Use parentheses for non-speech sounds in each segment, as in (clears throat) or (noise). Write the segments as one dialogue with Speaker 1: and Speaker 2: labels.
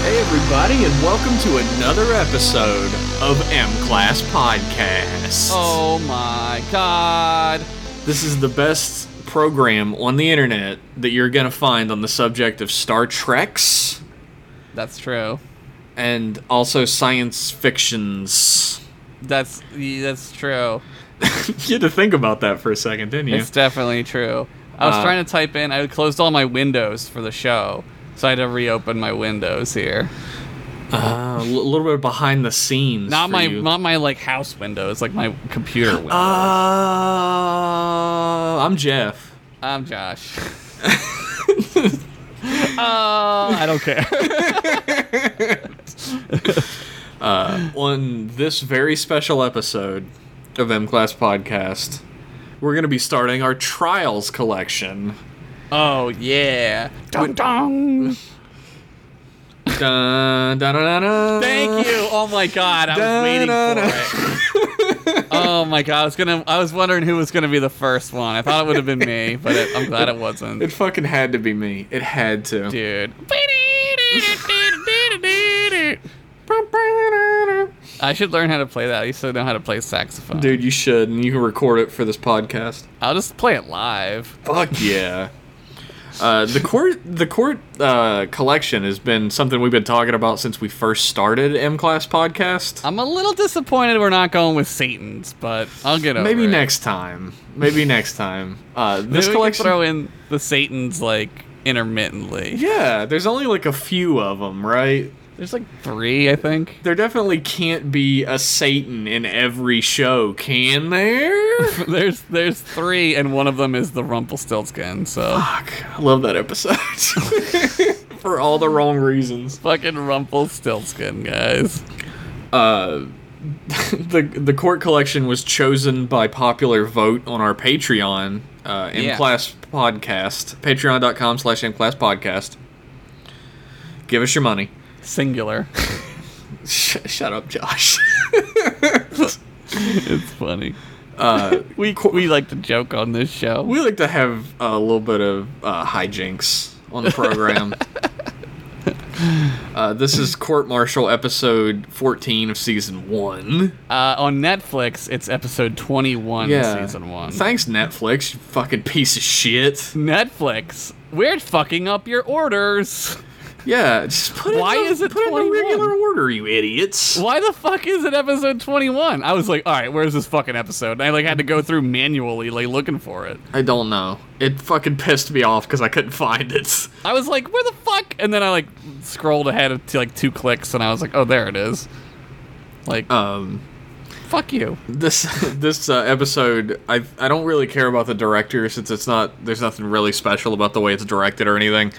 Speaker 1: everybody, and welcome to another episode of M Class Podcast.
Speaker 2: Oh my god.
Speaker 1: This is the best program on the internet that you're going to find on the subject of Star Treks
Speaker 2: That's true.
Speaker 1: and also science fictions. (laughs)
Speaker 2: That's that's true.
Speaker 1: you had to think about that for a second, didn't you?
Speaker 2: It's definitely true. I was
Speaker 1: Uh,
Speaker 2: trying to type in. I closed all my windows for the show, so I had to reopen my windows here.
Speaker 1: Uh, a l- little bit behind the scenes.
Speaker 2: Not
Speaker 1: for
Speaker 2: my
Speaker 1: you.
Speaker 2: not my like house windows, like my
Speaker 1: (laughs)
Speaker 2: computer windows.
Speaker 1: Uh, I'm Jeff.
Speaker 2: I'm
Speaker 1: (laughs)
Speaker 2: Josh. (laughs) uh, I don't
Speaker 1: (laughs)
Speaker 2: care.
Speaker 1: on this very special episode of M Class Podcast, we're going to be starting our Trials collection.
Speaker 2: Oh yeah. Dong dong.
Speaker 1: dun, dun, dun, dun, dun.
Speaker 2: Thank
Speaker 1: Uh,
Speaker 2: you. Oh my god, I was waiting for it. Oh my god, I was gonna. I was wondering who was gonna be the first one. I thought it would have been me, but it, I'm glad it wasn't,
Speaker 1: It fucking had to be me. It had to.
Speaker 2: (laughs) dude. I should learn how to play that. I used to know how to play saxophone.
Speaker 1: Dude, you should, and you can record it for this podcast.
Speaker 2: I'll just play it live.
Speaker 1: Fuck yeah. Uh, the court, the court uh, collection has been something we've been talking about since we first started M Class Podcast.
Speaker 2: I'm a little disappointed we're not going with Satan's, but I'll get over
Speaker 1: Maybe
Speaker 2: it.
Speaker 1: next time. Maybe next time. Uh, this
Speaker 2: Maybe we
Speaker 1: collection.
Speaker 2: can throw in the Satan's like intermittently.
Speaker 1: Yeah, there's only like a few of them, right?
Speaker 2: There's like three, I think.
Speaker 1: There definitely can't be a Satan in every show, can (laughs) there?
Speaker 2: (laughs) There's there's three, and one of them is the Rumpelstiltskin. So (sighs)
Speaker 1: Fuck, I love that episode (laughs) for all the wrong reasons.
Speaker 2: fucking Rumpelstiltskin, guys.
Speaker 1: the The court collection was chosen by popular vote on our Patreon, uh,
Speaker 2: Yeah.
Speaker 1: M Class Podcast, Patreon.com/slash M Class Podcast. Give us your money.
Speaker 2: Singular. (laughs)
Speaker 1: Sh- shut up, Josh.
Speaker 2: it's funny. Uh, we we like to joke on this show.
Speaker 1: We like to have a little bit of uh, hijinks on the
Speaker 2: (laughs)
Speaker 1: program. uh, this is Court Martial episode 14 of season one.
Speaker 2: uh, on Netflix, it's episode twenty one, season one.
Speaker 1: Thanks, Netflix, you fucking piece of shit.
Speaker 2: Netflix, we're fucking up your orders.
Speaker 1: Yeah, just put
Speaker 2: Why
Speaker 1: it in,
Speaker 2: is it
Speaker 1: put it in a
Speaker 2: 21?
Speaker 1: regular order, you idiots.
Speaker 2: Why the fuck is it episode twenty one? I was like, all right, where's this fucking episode? And I like had to go through manually, like looking for it.
Speaker 1: I don't know. It fucking pissed me off because I couldn't find it.
Speaker 2: I was like, where the fuck? And then I like scrolled ahead to like two clicks and I was like, oh, there it is. Like,
Speaker 1: Um,
Speaker 2: fuck you.
Speaker 1: this (laughs) this uh, episode I I don't really care about the director since it's not there's nothing really special about the way it's directed or anything.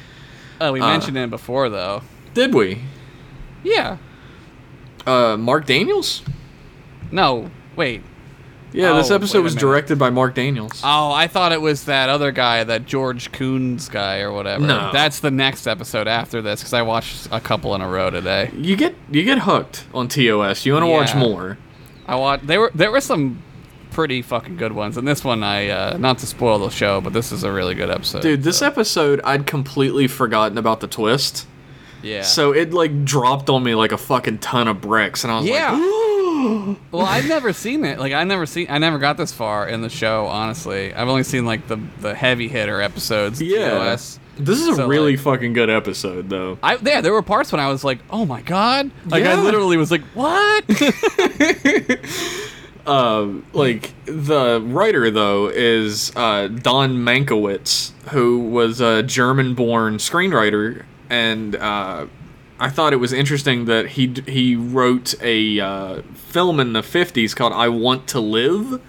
Speaker 2: Oh,
Speaker 1: uh.
Speaker 2: we mentioned it before though.
Speaker 1: Did we?
Speaker 2: Yeah.
Speaker 1: Uh, Mark Daniels?
Speaker 2: No, wait.
Speaker 1: Yeah, this
Speaker 2: Oh, wait
Speaker 1: episode
Speaker 2: a
Speaker 1: was
Speaker 2: minute.
Speaker 1: directed by Mark Daniels.
Speaker 2: Oh, I thought it was that other guy, that George Coons guy or whatever.
Speaker 1: No.
Speaker 2: That's the next episode after this because I watched a couple in a row today.
Speaker 1: you get you get hooked on TOS. You want to watch
Speaker 2: Yeah.
Speaker 1: more.
Speaker 2: I watched. They were there were some pretty fucking good ones, and this one I uh, not to spoil the show, but this is a really good episode.
Speaker 1: Dude, this
Speaker 2: so,
Speaker 1: episode I'd completely forgotten about the twist.
Speaker 2: yeah.
Speaker 1: So it like dropped on me like a fucking ton of bricks and I was
Speaker 2: Yeah.
Speaker 1: like,
Speaker 2: Well, I've never seen it. Like I never seen I never got this far in the show, honestly. I've only seen like the the heavy hitter episodes.
Speaker 1: yeah.
Speaker 2: TOS.
Speaker 1: This is a
Speaker 2: So,
Speaker 1: really
Speaker 2: like-
Speaker 1: fucking good episode though.
Speaker 2: I yeah, there were parts when I was like, "Oh my god." Like
Speaker 1: Yeah.
Speaker 2: I literally was like,
Speaker 1: (laughs)
Speaker 2: "What?"
Speaker 1: Um, like the writer though is uh, Don Mankiewicz, who was a German-born screenwriter, and uh, I thought it was interesting that he d- he wrote a uh, film in the '50s called "I Want to Live,"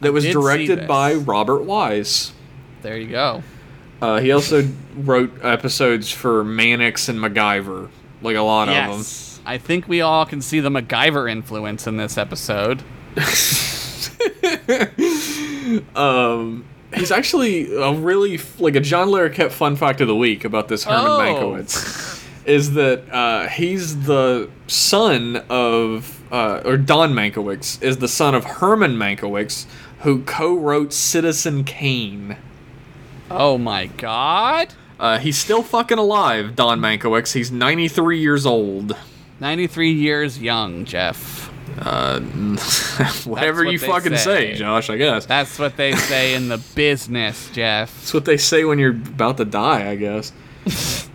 Speaker 1: that was
Speaker 2: did see
Speaker 1: directed
Speaker 2: this.
Speaker 1: by Robert Wise.
Speaker 2: there you go.
Speaker 1: Uh, he
Speaker 2: (laughs)
Speaker 1: also wrote episodes for Mannix and MacGyver, like a lot of them.
Speaker 2: I think we all can see the MacGyver influence in this episode.
Speaker 1: Um, he's actually a really like a John Larroquette fun fact of the week about this Herman
Speaker 2: Oh.
Speaker 1: Mankiewicz is that uh, he's the son of uh, or Don Mankiewicz is the son of Herman Mankiewicz, who co-wrote Citizen Kane.
Speaker 2: Oh my god.
Speaker 1: Uh, he's still fucking alive, Don Mankiewicz. He's 93 years old.
Speaker 2: 93 years young, Jeff.
Speaker 1: Uh, (laughs) whatever
Speaker 2: what
Speaker 1: you
Speaker 2: they
Speaker 1: fucking say.
Speaker 2: say.
Speaker 1: Josh, I guess.
Speaker 2: That's what they say in the business, Jeff.
Speaker 1: That's what they say when you're about to die, I
Speaker 2: (laughs)
Speaker 1: guess.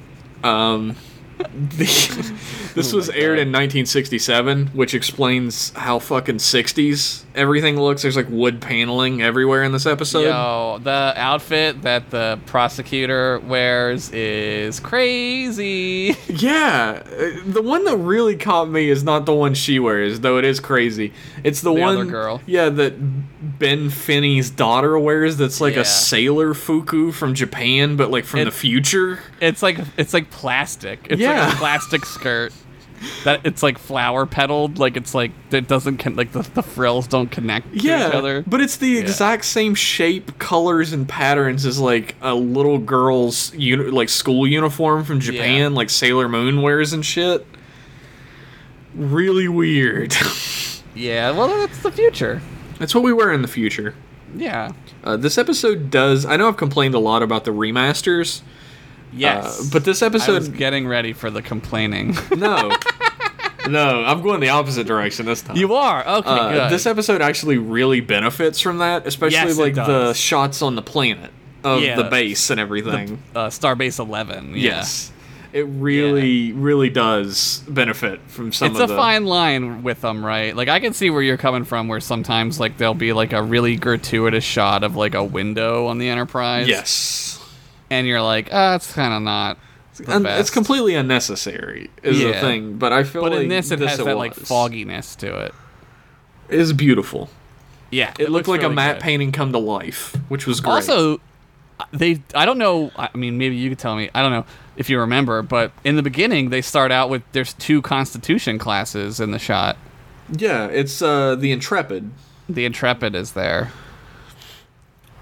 Speaker 1: um,
Speaker 2: (laughs)
Speaker 1: the, this
Speaker 2: Oh
Speaker 1: was aired in 1967, which explains how fucking 60s everything looks. There's like wood paneling everywhere in this episode.
Speaker 2: Yo, the outfit that the prosecutor wears is crazy. (laughs)
Speaker 1: Yeah, uh, the one that really caught me is not the one she wears, though it is crazy. It's the, one
Speaker 2: other girl.
Speaker 1: Yeah, that Ben Finney's daughter wears. That's like
Speaker 2: Yeah.
Speaker 1: a sailor fuku from Japan, but like from
Speaker 2: It-
Speaker 1: the future.
Speaker 2: It's like it's like plastic. It's like
Speaker 1: Yeah.
Speaker 2: a plastic skirt. That it's like flower petaled, like it's like it doesn't con- like the, the frills don't connect to
Speaker 1: yeah,
Speaker 2: each other.
Speaker 1: But it's the exact same shape, colors, and patterns as like a little girl's uni- like school uniform from Japan, like Sailor Moon wears and shit. Really weird. (laughs)
Speaker 2: yeah, well that's the future.
Speaker 1: That's what we wear in the future.
Speaker 2: Yeah.
Speaker 1: Uh, this episode does. I know I've complained a lot about the remasters,
Speaker 2: Yes.
Speaker 1: uh, but this
Speaker 2: I was
Speaker 1: episode,
Speaker 2: getting ready for
Speaker 1: (laughs)
Speaker 2: the complaining.
Speaker 1: no, no, I'm going the opposite direction this time.
Speaker 2: you are okay.
Speaker 1: Uh,
Speaker 2: good.
Speaker 1: This episode actually really benefits from that, especially
Speaker 2: Yes, it
Speaker 1: like the
Speaker 2: does.
Speaker 1: shots on the planet of
Speaker 2: Yeah.
Speaker 1: the base and everything.
Speaker 2: uh, Starbase Eleven. yeah.
Speaker 1: Yes. It really, really does benefit from some
Speaker 2: it's
Speaker 1: of
Speaker 2: a
Speaker 1: the
Speaker 2: fine line with them, right? Like I can see where you're coming from, where sometimes like there'll be like a really gratuitous shot of like a window on the Enterprise.
Speaker 1: Yes.
Speaker 2: and you're like, ah, it's kind of not. the
Speaker 1: And it's
Speaker 2: best."
Speaker 1: completely unnecessary is the
Speaker 2: Yeah.
Speaker 1: thing. But I feel
Speaker 2: But
Speaker 1: like
Speaker 2: in this, it has that like
Speaker 1: was.
Speaker 2: fogginess to it.
Speaker 1: It's beautiful.
Speaker 2: Yeah,
Speaker 1: It, looked like
Speaker 2: looks really
Speaker 1: a matte
Speaker 2: good.
Speaker 1: painting come to life, which was great.
Speaker 2: Also, they I don't know. I mean, maybe you could tell me. I don't know if you remember, but in the beginning, they start out with there's two Constitution classes in the shot.
Speaker 1: Yeah, it's uh the Intrepid.
Speaker 2: The Intrepid is there,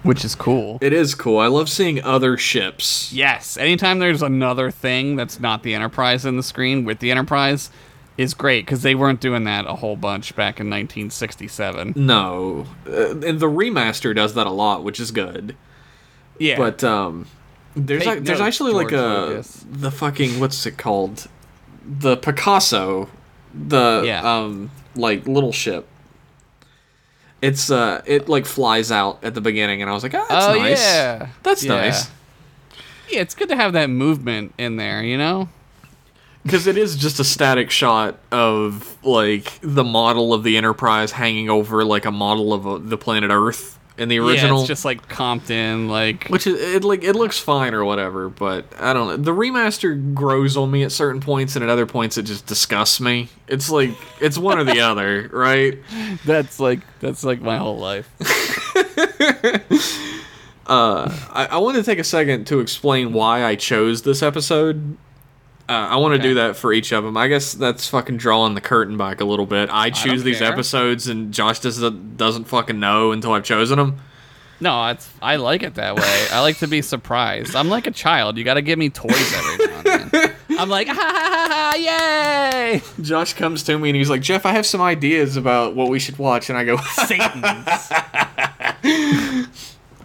Speaker 2: which is cool.
Speaker 1: It is cool. I love seeing other ships.
Speaker 2: Yes. Anytime there's another thing that's not the Enterprise in the screen with the Enterprise is great because they weren't doing that a whole bunch back in 1967.
Speaker 1: No. Uh, and the remaster does that a lot, which is good.
Speaker 2: Yeah.
Speaker 1: But um there's
Speaker 2: Take
Speaker 1: ac- there's
Speaker 2: note,
Speaker 1: actually like
Speaker 2: George
Speaker 1: a
Speaker 2: Lucas.
Speaker 1: the fucking what's it called? The Picasso, the
Speaker 2: Yeah.
Speaker 1: um like little ship. It's uh it like flies out at the beginning and I was like, "Ah, that's
Speaker 2: oh
Speaker 1: nice."
Speaker 2: yeah,
Speaker 1: That's
Speaker 2: Yeah.
Speaker 1: nice.
Speaker 2: Yeah, it's good to have that movement in there. You know.
Speaker 1: Because it is just a static shot of like the model of the Enterprise hanging over like a model of uh the planet Earth in the original.
Speaker 2: Yeah, it's just like Compton, (laughs) like
Speaker 1: which is, it like it looks fine or whatever, but I don't know. The remaster grows on me at certain points, and at other points it just disgusts me. It's like it's one or (laughs) the other, right?
Speaker 2: that's like that's like my whole life.
Speaker 1: I, I want to take a second to explain why I chose this episode. Uh, I want to do that for each of them. I guess that's fucking drawing the curtain back a little bit. I choose these
Speaker 2: care.
Speaker 1: episodes, and Josh doesn't doesn't fucking know until I've chosen them.
Speaker 2: No, it's I like it that way. I like to be surprised. I'm like a child. You got to give me toys every now and then. (laughs) I'm like, "Ah, ha ha ha ha, yay!
Speaker 1: Josh comes to me and he's like, "Jeff, I have some ideas about what we should watch," and I go, (laughs)
Speaker 2: Satan's.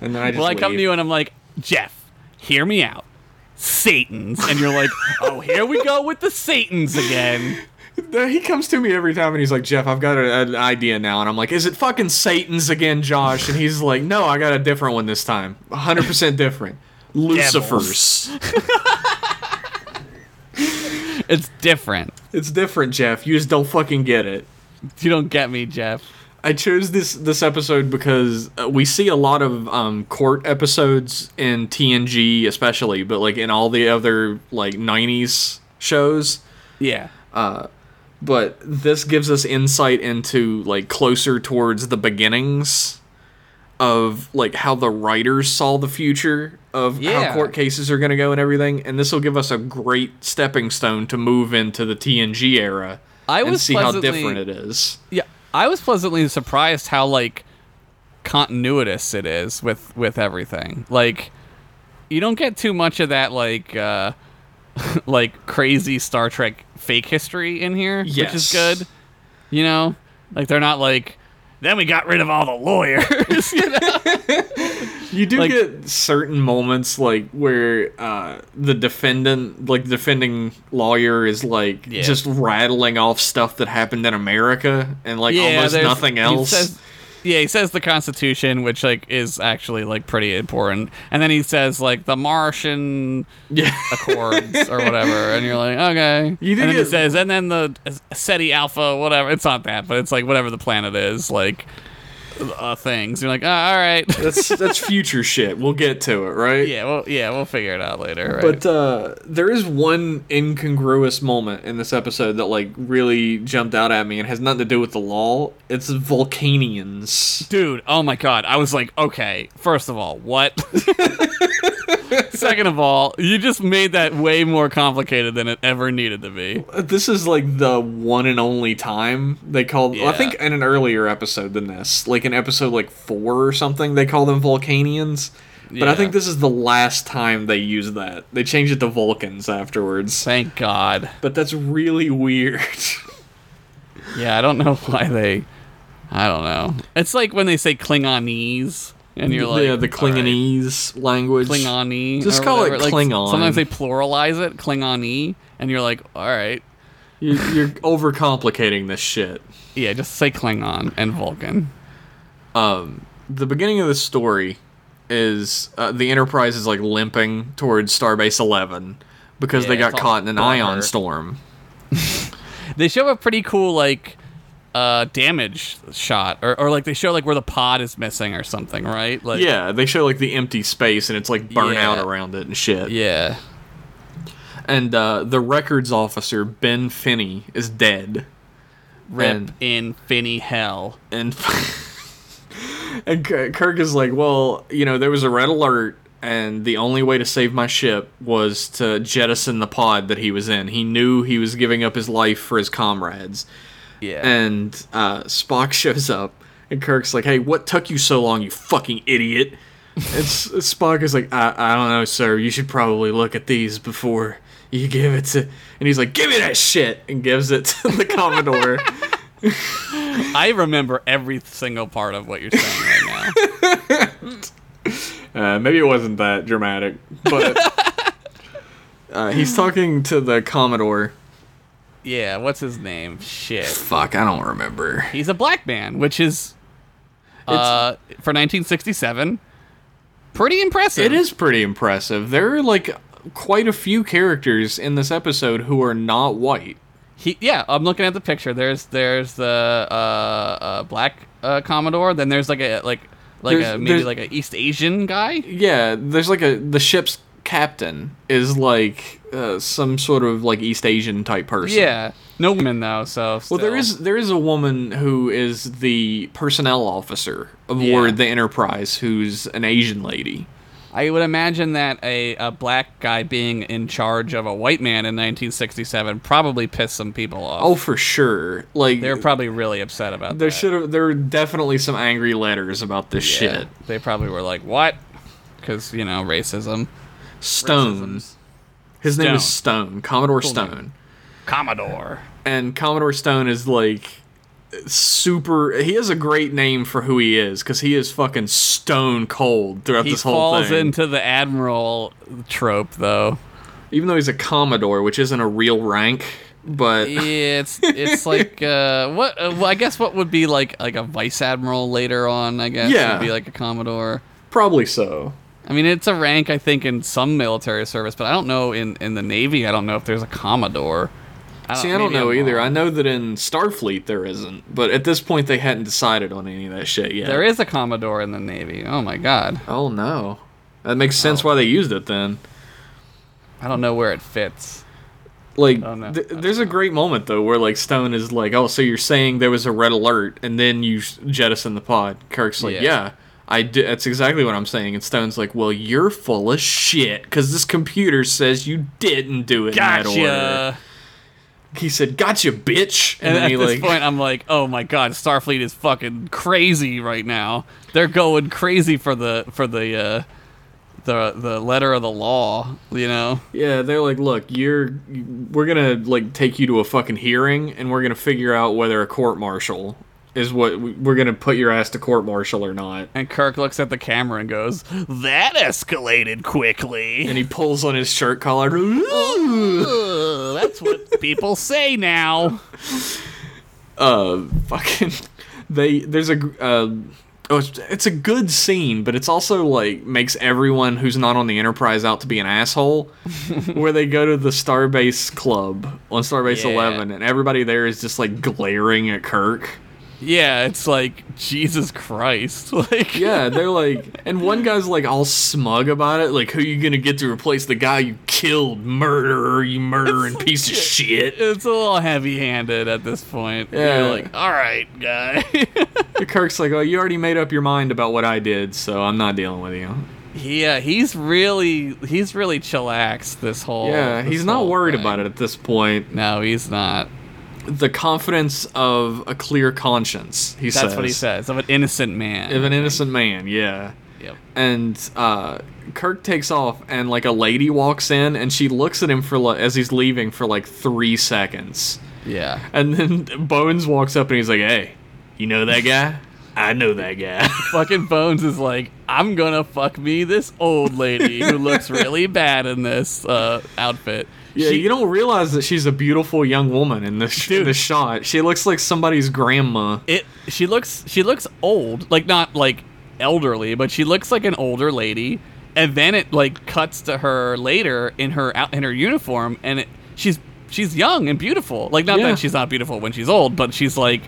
Speaker 1: and then I just
Speaker 2: Well, I come
Speaker 1: leave.
Speaker 2: to you and I'm like, Jeff, hear me out. Satan's, and you're like, oh, here we go with the Satan's again.
Speaker 1: No, He comes to me every time and he's like, Jeff, I've got a, an idea now. And I'm like, is it fucking Satan's again, Josh? And he's like, no, I got a different one this time. 100% different. Lucifer's.
Speaker 2: It's different.
Speaker 1: it's different, Jeff. You just don't fucking get it.
Speaker 2: You don't get me, Jeff.
Speaker 1: I chose this this episode because uh, we see a lot of um, court episodes in TNG, especially, but like in all the other like 90s shows.
Speaker 2: Yeah.
Speaker 1: but this gives us insight into like closer towards the beginnings of like how the writers saw the future of
Speaker 2: Yeah.
Speaker 1: how court cases are going to go and everything and this will give us a great stepping stone to move into the TNG era
Speaker 2: I
Speaker 1: and
Speaker 2: was
Speaker 1: see how
Speaker 2: pleasantly-
Speaker 1: different it is
Speaker 2: Yeah, I was pleasantly surprised how like continuitous it is with with everything. Like you don't get too much of that like uh (laughs) like crazy Star Trek fake history in here, which is
Speaker 1: Yes.
Speaker 2: good. You know? (laughs) Like they're not like then we got rid of all the lawyers. you know?
Speaker 1: You do
Speaker 2: Like-
Speaker 1: get certain moments like where uh, the defendant, like the defending lawyer, is like
Speaker 2: Yeah.
Speaker 1: just rattling off stuff that happened in America and like almost
Speaker 2: there's-
Speaker 1: nothing
Speaker 2: he
Speaker 1: else.
Speaker 2: says- yeah, he says the Constitution, which like is actually like pretty important, and then he says like the Martian
Speaker 1: (laughs) yeah, (laughs)
Speaker 2: Accords or whatever, and you're like, okay.
Speaker 1: You
Speaker 2: and then he
Speaker 1: didn't-
Speaker 2: says, and then the SETI Alpha, whatever. It's not that, but it's like whatever the planet is, like uh, things. You're like, ah, all right, (laughs)
Speaker 1: that's that's future shit. We'll get to it, right?
Speaker 2: yeah, well, yeah, we'll figure it out later, right?
Speaker 1: But uh, there is one incongruous moment in this episode that like really jumped out at me and has nothing to do with the law. It's Vulcanians.
Speaker 2: Dude, oh my god. I was like, okay, first of all, what? (laughs) Second of all, you just made that way more complicated than it ever needed to be.
Speaker 1: This is like the one and only time they called. I
Speaker 2: Yeah.
Speaker 1: think in an earlier episode than this, like in episode like four or something, they call them Vulcanians. But I
Speaker 2: Yeah.
Speaker 1: think this is the last time they use that. They changed it to Vulcans afterwards.
Speaker 2: Thank God.
Speaker 1: But that's really (laughs) weird.
Speaker 2: Yeah, I don't know (laughs) why they I don't know. It's like when they say Klingonese and you're like
Speaker 1: yeah, the
Speaker 2: "All
Speaker 1: Klingonese language.
Speaker 2: right, Klingoni.
Speaker 1: Just
Speaker 2: or
Speaker 1: call it
Speaker 2: whatever." Like,
Speaker 1: Klingon.
Speaker 2: Sometimes they pluralize it, Klingoni, and you're like, all right.
Speaker 1: You, you're overcomplicating this shit.
Speaker 2: Yeah, just say Klingon and Vulcan.
Speaker 1: the beginning of the story is uh, the Enterprise is like limping towards Starbase Eleven because they
Speaker 2: Yeah,
Speaker 1: got
Speaker 2: it's all
Speaker 1: caught in an
Speaker 2: bummer.
Speaker 1: ion storm.
Speaker 2: they show a pretty cool like uh damage shot or, or like they show like where the pod is missing or something right like
Speaker 1: Yeah, they show like the empty space and it's like burnt out
Speaker 2: Yeah.
Speaker 1: around it and shit.
Speaker 2: yeah
Speaker 1: And uh, the records officer Ben Finney is dead,
Speaker 2: rip
Speaker 1: And-
Speaker 2: in finny hell
Speaker 1: and (laughs) and K- Kirk is like, well, you know, there was a red alert. And the only way to save my ship was to jettison the pod that he was in. He knew he was giving up his life for his comrades.
Speaker 2: yeah
Speaker 1: and uh, Spock (laughs) shows up, and Kirk's like, "Hey, what took you so long, you fucking idiot?" And S- (laughs) Spock is like, I-, "I don't know, sir. You should probably look at these before you give it to." And he's like, "Give me that shit," and gives it to the Commodore.
Speaker 2: i remember every single part of what you're saying (laughs) right now
Speaker 1: Uh, maybe it wasn't that dramatic,
Speaker 2: (laughs)
Speaker 1: but uh, he's talking to the Commodore.
Speaker 2: yeah what's his name shit
Speaker 1: Fuck, I don't remember.
Speaker 2: he's a black man which is uh for 1967 pretty impressive
Speaker 1: It is pretty impressive. There are like quite a few characters in this episode who are not white.
Speaker 2: He, yeah, I'm looking at the picture. There's there's the uh, uh, black uh, Commodore. Then there's like a like like
Speaker 1: There's-
Speaker 2: a maybe
Speaker 1: there's-
Speaker 2: like a East Asian guy.
Speaker 1: Yeah, there's like a the ship's captain is like uh, some sort of like East Asian type person.
Speaker 2: Yeah, no women though. So
Speaker 1: Well, there is
Speaker 2: still.
Speaker 1: there is a woman who is the personnel officer
Speaker 2: Yeah.
Speaker 1: aboard the Enterprise, who's an Asian lady.
Speaker 2: I would imagine that a, a black guy being in charge of a white man in 1967 probably pissed some people off.
Speaker 1: Oh, for sure. Like
Speaker 2: they were probably really upset about
Speaker 1: there
Speaker 2: that.
Speaker 1: should have there were definitely some angry letters about this
Speaker 2: Yeah,
Speaker 1: shit.
Speaker 2: They probably were like, what? Because you know racism.
Speaker 1: Stone. His name is Stone, Commodore
Speaker 2: name.
Speaker 1: Stone.
Speaker 2: Commodore.
Speaker 1: and Commodore Stone is like super he has a great name for who he is because he is fucking stone cold throughout
Speaker 2: He
Speaker 1: this whole
Speaker 2: falls
Speaker 1: thing
Speaker 2: into the admiral trope though.
Speaker 1: even though he's a commodore which isn't a real rank but
Speaker 2: Yeah, it's (laughs) it's like uh, what uh, well, I guess what would be like like a vice admiral later on. I guess
Speaker 1: Yeah.
Speaker 2: would be like a commodore.
Speaker 1: probably so
Speaker 2: I mean, it's a rank I think in some military service, but I don't know in in the navy. I don't know if there's a commodore. I
Speaker 1: see i don't
Speaker 2: maybe
Speaker 1: know
Speaker 2: I'm
Speaker 1: either
Speaker 2: wrong.
Speaker 1: i know that in starfleet there isn't but at this point they hadn't decided on any of that shit yet
Speaker 2: there is a commodore in the navy. Oh my god,
Speaker 1: oh no that makes
Speaker 2: Oh.
Speaker 1: sense why they used it then
Speaker 2: I don't know where it fits.
Speaker 1: like
Speaker 2: Oh, no.
Speaker 1: th-
Speaker 2: I don't
Speaker 1: there's a great moment though where like stone is like oh so you're saying there was a red alert and then you s- jettison the pod kirk's like
Speaker 2: Yeah.
Speaker 1: yeah, i did that's exactly what i'm saying and stone's like well you're full of shit because this computer says you didn't do it in that order
Speaker 2: Gotcha.
Speaker 1: he said gotcha bitch and,
Speaker 2: And
Speaker 1: then
Speaker 2: at
Speaker 1: he like
Speaker 2: this point, I'm like, oh my god, Starfleet is fucking crazy right now. They're going crazy for the for the uh, the the letter of the law. You know,
Speaker 1: yeah they're like look you're we're gonna like take you to a fucking hearing and we're gonna figure out whether a court martial is what we- we're gonna put your ass to court martial or not.
Speaker 2: And Kirk looks at the camera and goes, "That escalated quickly."
Speaker 1: And he pulls on his shirt collar.
Speaker 2: Oh, Ugh, that's what people say now.
Speaker 1: uh, fucking they there's a gr- uh, oh it's, it's a good scene but it's also like makes everyone who's not on the enterprise out to be an asshole where they go to the starbase club on starbase
Speaker 2: Yeah.
Speaker 1: 11 and everybody there is just like glaring at kirk
Speaker 2: Yeah, it's like Jesus Christ. (laughs) Like
Speaker 1: yeah they're like and one guy's like all smug about it like who you gonna get to replace the guy you killed murderer you murdering piece of shit
Speaker 2: it's a little heavy-handed at this point.
Speaker 1: Yeah.
Speaker 2: You're like, "All right, guy." (laughs)
Speaker 1: kirk's like oh you already made up your mind about what i did so i'm not dealing with you
Speaker 2: yeah, uh, he's really he's really chillaxed this whole
Speaker 1: Yeah, he's not worried about it at this point.
Speaker 2: No, he's not.
Speaker 1: The confidence of a clear conscience, he says.
Speaker 2: That's what he says of an innocent man.
Speaker 1: Of an innocent man, yeah.
Speaker 2: Yep.
Speaker 1: And uh, Kirk takes off, and like a lady walks in, and she looks at him for like, as he's leaving for like three seconds,
Speaker 2: Yeah.
Speaker 1: and then (laughs) Bones walks up and he's like, "Hey, you know that guy? I know that guy." (laughs)
Speaker 2: Fucking Bones is like, I'm gonna fuck me this old lady
Speaker 1: (laughs)
Speaker 2: who looks really bad in this uh, outfit.
Speaker 1: yeah,
Speaker 2: She-
Speaker 1: you don't realize that she's a beautiful young woman in this in this shot. She looks like somebody's grandma.
Speaker 2: it she looks she looks old like not like elderly but she looks like an older lady and then it like cuts to her later in her out in her uniform and it, she's she's young and beautiful like not
Speaker 1: Yeah.
Speaker 2: that she's not beautiful when she's old but she's like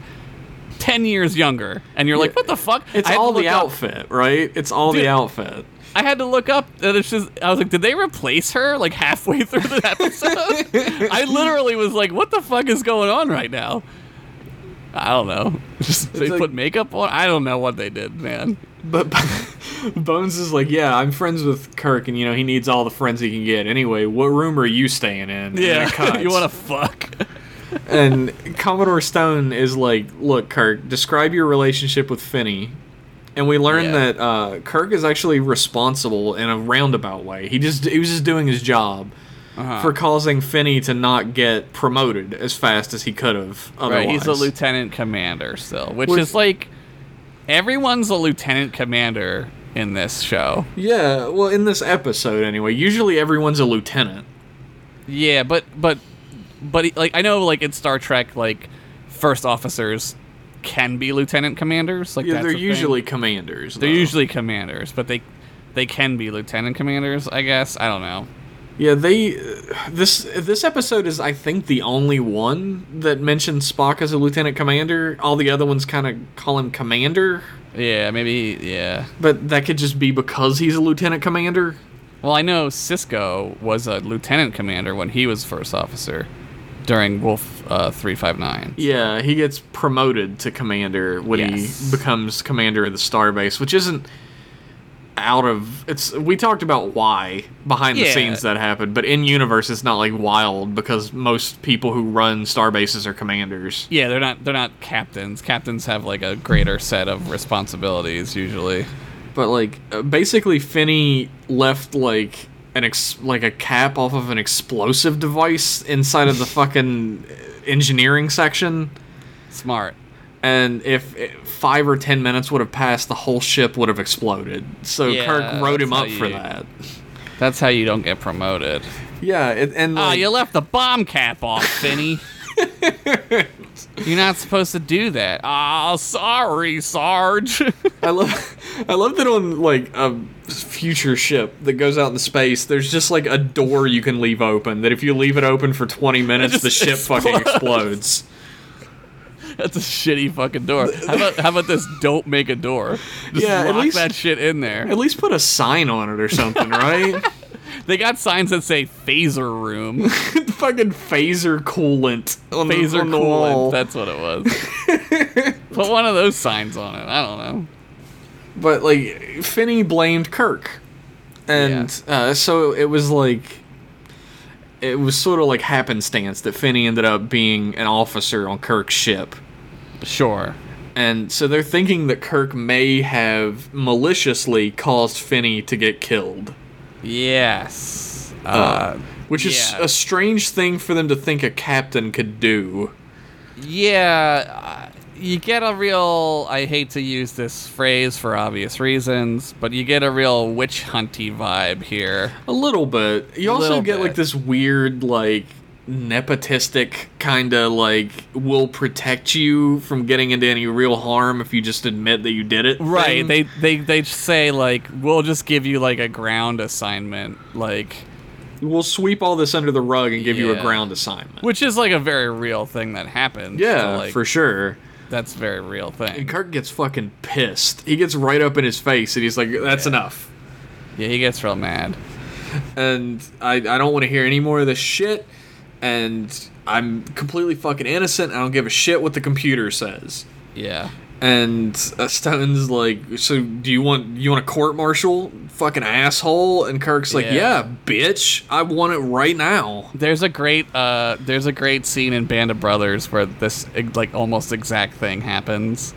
Speaker 2: 10 years younger and you're like
Speaker 1: Yeah.
Speaker 2: what the fuck
Speaker 1: It's
Speaker 2: I had to
Speaker 1: all the
Speaker 2: look up-
Speaker 1: outfit, right? It's all
Speaker 2: Dude.
Speaker 1: the outfit.
Speaker 2: I had to look up. That it's just, I was like, did they replace her like halfway (laughs) through the episode? I literally was like, what the fuck is going on right now? I don't know. (laughs) Just they
Speaker 1: like-
Speaker 2: put makeup on. I don't know what they did, man.
Speaker 1: But (laughs) Bones is like, yeah, I'm friends with Kirk, and you know he needs all the friends he can get. Anyway, what room are you staying in? And it cuts.
Speaker 2: (laughs) you want to fuck?
Speaker 1: (laughs) and Commodore Stone is like, look, Kirk, describe your relationship with Finney. And we learn
Speaker 2: Yeah.
Speaker 1: that uh, Kirk is actually responsible in a roundabout way. He just he was just doing his job
Speaker 2: Uh-huh.
Speaker 1: for causing Finney to not get promoted as fast as he could have.
Speaker 2: Right, he's a
Speaker 1: otherwise.
Speaker 2: lieutenant commander still, which
Speaker 1: Which-
Speaker 2: is like everyone's a lieutenant commander in this show.
Speaker 1: Yeah, well, in this episode anyway. Usually everyone's a lieutenant.
Speaker 2: Yeah, but but but like I know like in Star Trek like first officers can be lieutenant commanders like
Speaker 1: Yeah,
Speaker 2: that's
Speaker 1: they're
Speaker 2: a thing.
Speaker 1: usually commanders.
Speaker 2: they're
Speaker 1: though.
Speaker 2: usually commanders but they they can be lieutenant commanders I guess I don't know
Speaker 1: yeah. They this this episode is I think the only one that mentions Spock as a lieutenant commander. All the other ones kind of call him commander,
Speaker 2: yeah maybe yeah
Speaker 1: but that could just be because he's a lieutenant commander.
Speaker 2: well I know Cisco was a lieutenant commander when he was first officer during Wolf uh, three five nine
Speaker 1: Yeah, he gets promoted to commander when
Speaker 2: Yes.
Speaker 1: he becomes commander of the starbase, which isn't out of it's we talked about why behind the
Speaker 2: Yeah.
Speaker 1: scenes that happened, but in universe it's not like wild because most people who run starbases are commanders.
Speaker 2: yeah they're not they're not captains captains have like a greater set of responsibilities usually
Speaker 1: But like uh, basically Finney left like an ex- like a cap off of an explosive device inside
Speaker 2: (laughs)
Speaker 1: of the fucking uh, engineering section.
Speaker 2: smart
Speaker 1: and if it- five or ten minutes would have passed, the whole ship would have exploded. So
Speaker 2: Yeah,
Speaker 1: Kirk wrote him
Speaker 2: that's
Speaker 1: up
Speaker 2: how
Speaker 1: for
Speaker 2: you-
Speaker 1: that.
Speaker 2: that's how you don't get promoted.
Speaker 1: Yeah, it, and
Speaker 2: Oh,
Speaker 1: like,
Speaker 2: you left the bomb
Speaker 1: (laughs)
Speaker 2: cap off, Finny. You're not supposed to do that. Oh, sorry, Sarge. (laughs)
Speaker 1: I love, (laughs) I love that on like a future ship that goes out in space. There's just like a door you can leave open. That if you leave it open for
Speaker 2: (laughs)
Speaker 1: 20 minutes,
Speaker 2: just
Speaker 1: the ship fucking
Speaker 2: explodes.
Speaker 1: explodes.
Speaker 2: That's a shitty fucking door. How about, how about this? Don't make a door. Just
Speaker 1: Yeah, at
Speaker 2: lock
Speaker 1: least-
Speaker 2: that shit in there.
Speaker 1: At least put a sign on it or something, (laughs) right?
Speaker 2: They got signs that say phaser room,
Speaker 1: fucking phaser coolant (laughs) on the-
Speaker 2: phaser
Speaker 1: on the
Speaker 2: coolant.
Speaker 1: wall.
Speaker 2: That's what it
Speaker 1: (laughs)
Speaker 2: was. Put one of those signs on it. I don't know.
Speaker 1: But like Finney blamed Kirk, and uh, so it was like it was sort of like happenstance that Finney ended up being an officer on Kirk's ship,
Speaker 2: Sure.
Speaker 1: and so they're thinking that Kirk may have maliciously caused Finney to get killed,
Speaker 2: Yes. Uh,
Speaker 1: which is
Speaker 2: Yeah.
Speaker 1: a strange thing for them to think a captain could do.
Speaker 2: yeah, uh, you get a real. I hate to use this phrase for obvious reasons, but you get a real witch hunty vibe here.
Speaker 1: A little bit. You also
Speaker 2: Little
Speaker 1: get like
Speaker 2: bit.
Speaker 1: this weird, like nepotistic kind of like will protect you from getting into any real harm if you just admit that you did it.
Speaker 2: Right?
Speaker 1: thing.
Speaker 2: They they they say like we'll just give you like a ground assignment, like
Speaker 1: will sweep all this under the rug and give you a
Speaker 2: Yeah.
Speaker 1: ground assignment.
Speaker 2: which is like a very real thing that happened.
Speaker 1: yeah,
Speaker 2: so, like,
Speaker 1: for sure.
Speaker 2: that's a very real
Speaker 1: And
Speaker 2: thing.
Speaker 1: Kirk gets fucking pissed. He gets right up in his face and he's like, "That's enough."
Speaker 2: Yeah, he gets real mad.
Speaker 1: and I, I don't want to hear any more of this shit. And I'm completely fucking innocent. I don't give a shit what the computer says.
Speaker 2: Yeah.
Speaker 1: And uh, Stone's like, so do you want you want a court martial, fucking asshole? And Kirk's like,
Speaker 2: Yeah.
Speaker 1: yeah. bitch, I want it right now.
Speaker 2: There's a great uh, there's a great scene in Band of Brothers where this like almost exact thing happens,